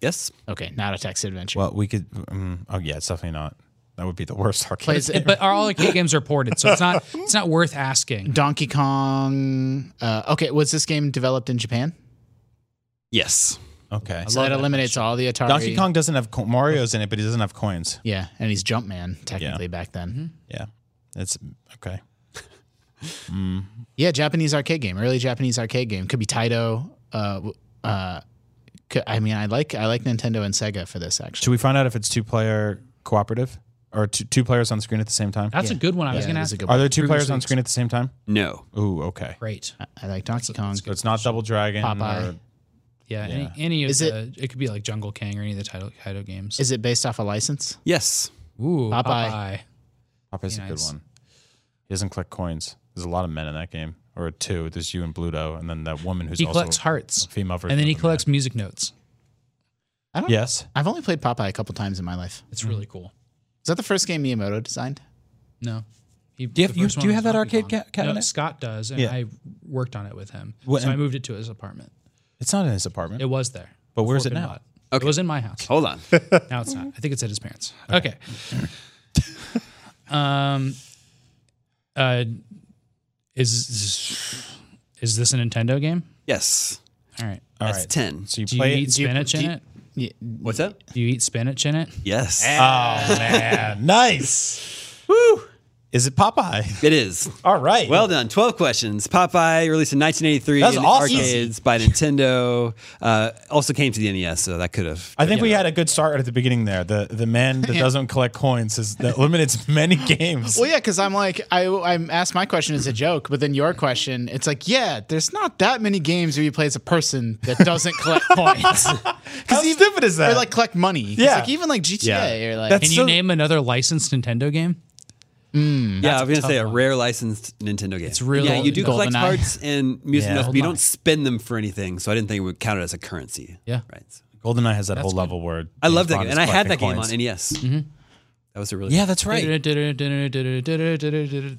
S3: yes.
S5: Okay, not a text adventure.
S4: well, we could. Um, oh yeah, it's definitely not. That would be the worst arcade.
S5: Plays
S4: game.
S6: But are all arcade games are ported? So it's not it's not worth asking.
S5: Donkey Kong. Uh, okay, was this game developed in Japan?
S3: Yes.
S4: okay.
S5: So that eliminates all the Atari.
S4: Donkey Kong doesn't have co- Mario's in it, but he doesn't have coins.
S5: Yeah, and he's Jumpman technically back then.
S6: Mm-hmm.
S4: Yeah, it's okay.
S5: Yeah, Japanese arcade game, early Japanese arcade game. Could be Taito. Uh, w- uh, could, I mean, I like I like Nintendo and Sega for this actually.
S4: Should we find out if it's two player cooperative or two, two players on screen at the same time?
S6: That's a good one. I was
S5: Yeah,
S6: gonna
S5: it is
S6: ask.
S5: a good
S4: Are there two
S6: Previous
S4: players on
S6: weeks.
S4: screen at the same time?
S3: No.
S4: Ooh, okay.
S6: Great.
S5: I like Donkey Kong.
S4: So it's not Double Dragon.
S5: Popeye.
S4: or-
S6: Yeah. Any, any of
S5: Is
S6: the it, could be like Jungle King or any of the title title games.
S5: Is it based off a license?
S3: Yes.
S6: Ooh,
S5: Popeye.
S6: Popeye.
S4: Popeye's a good
S6: nice.
S4: one. He doesn't collect coins. There's a lot of men in that game, or two. There's you and Bluto, and then that woman who's
S6: He
S4: also
S6: collects hearts,
S4: a female version.
S6: and then he
S4: of a
S6: collects music notes.
S5: I don't.
S4: man. Yes.
S5: I've only played Popeye a couple times in my life.
S6: It's really cool.
S5: Is that the first game Miyamoto designed?
S6: No. He,
S4: you have-
S6: the
S4: you-
S6: first
S4: do
S6: one
S4: you
S6: was
S4: have that
S6: Donkey
S4: arcade
S6: Kong.
S4: ca- cabinet?
S6: No, Scott does, and
S4: Yeah.
S6: I worked on it with him.
S4: What-
S6: so I moved it to his apartment.
S4: It's not in his apartment.
S6: It was there.
S4: But where's
S6: before
S4: it
S6: Finn
S4: now?
S6: bought It. It was in my house.
S3: Hold on.
S6: Now it's not. I think it's at his parents. Okay. um. Uh, is is this a Nintendo game?
S3: yes.
S6: All right.
S4: All
S3: That's
S4: right.
S3: 10.
S4: So you
S6: Do you
S4: play.
S6: eat spinach
S5: do
S6: in
S5: you-
S6: it?
S5: Yeah.
S3: What's that?
S6: Do you eat spinach in it?
S3: Yes.
S4: oh man, nice. Woo. Is it Popeye?
S3: It is.
S4: All right.
S3: Well done. 12 questions. Popeye, released in 1983
S4: That's
S3: in
S4: awesome.
S3: arcades by Nintendo. Uh, also came to the NES, so that could have.
S4: I think we had a good start at the beginning there. The the man that doesn't collect coins is that eliminates many games.
S5: Well, yeah, because I'm like, I, I'm asked my question as a joke, but then your question, it's like, yeah, there's not that many games where you play as a person that doesn't collect points.
S4: How stupid is that?
S5: Or like collect money. 'Cause,
S4: Yeah.
S5: Like even like GTA
S4: Yeah.
S5: or like
S4: That's-
S6: Can
S4: So-
S6: you name another licensed Nintendo game?
S3: Yeah, I was going to say a rare licensed Nintendo game. It's
S6: really-
S3: Yeah, you do collect
S5: GoldenEye.
S3: parts and music
S4: Yeah.
S3: notes, but you don't spend them for anything, so I didn't think it would count it as a currency.
S6: Yeah.
S3: Right. So-
S4: Goldeneye has that whole level word.
S3: I love that game. And I had that game on NES. That was a really
S4: Mm-hmm. Yeah, that's right.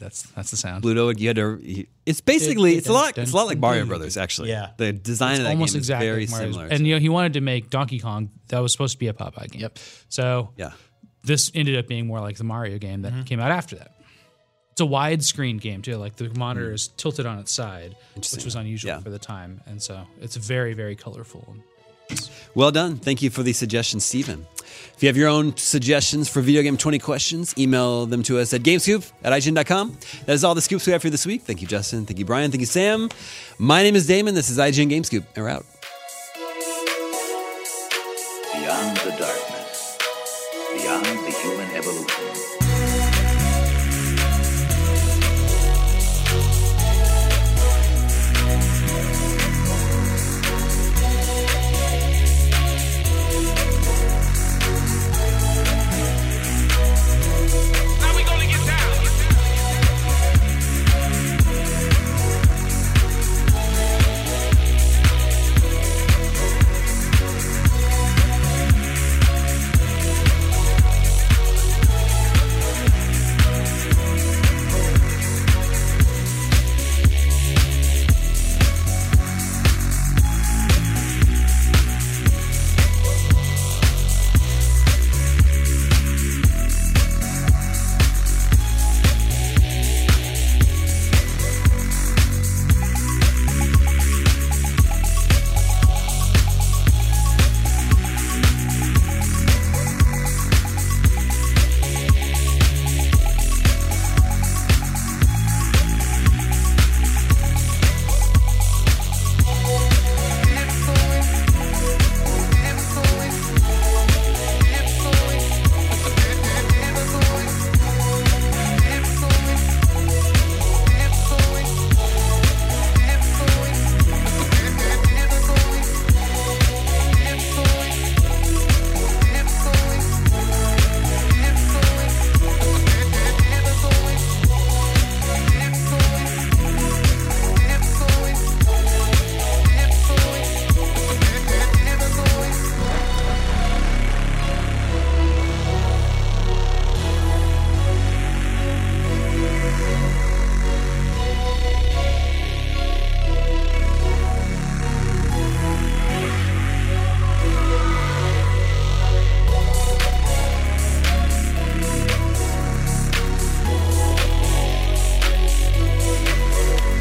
S6: That's that's the sound.
S3: Pluto, you had to. It's basically it's a lot. It's a lot like Mario Brothers, actually.
S4: Yeah.
S3: the design of that
S6: Almost
S3: game
S6: exactly
S3: is very
S6: like Mario's.
S3: similar.
S6: And you know, he wanted to make Donkey Kong. That was supposed to be a Popeye game. Yep. So
S3: yeah,
S6: this ended up being more like the Mario game that came out after that. It's a widescreen game too. Like the monitor is tilted on its side, which was unusual
S3: Yeah.
S6: for the time, and so it's very very colorful. And
S3: Well done. Thank you for the suggestion, Stephen. If you have your own suggestions for Video Game 20 questions, email them to us at gamescoop at IGN.com. That is all the scoops we have for you this week. Thank you, Justin. Thank you, Brian. Thank you, Sam. My name is Damon. This is IGN Gamescoop, and we're out.
S7: Beyond the darkness, beyond the human evolution.
S8: Now we gonna get down.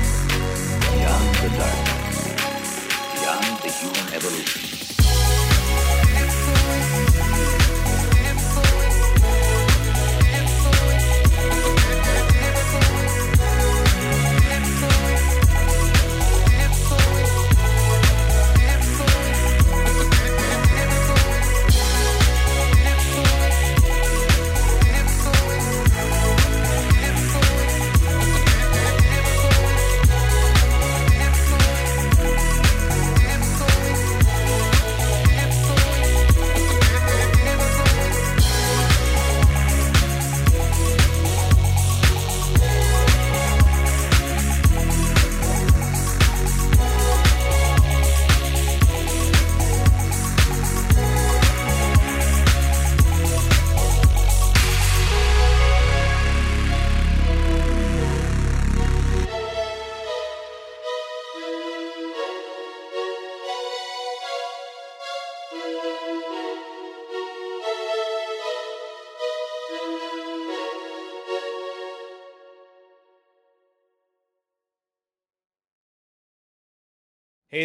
S7: Beyond the darkness, beyond the human evolution.
S9: Hey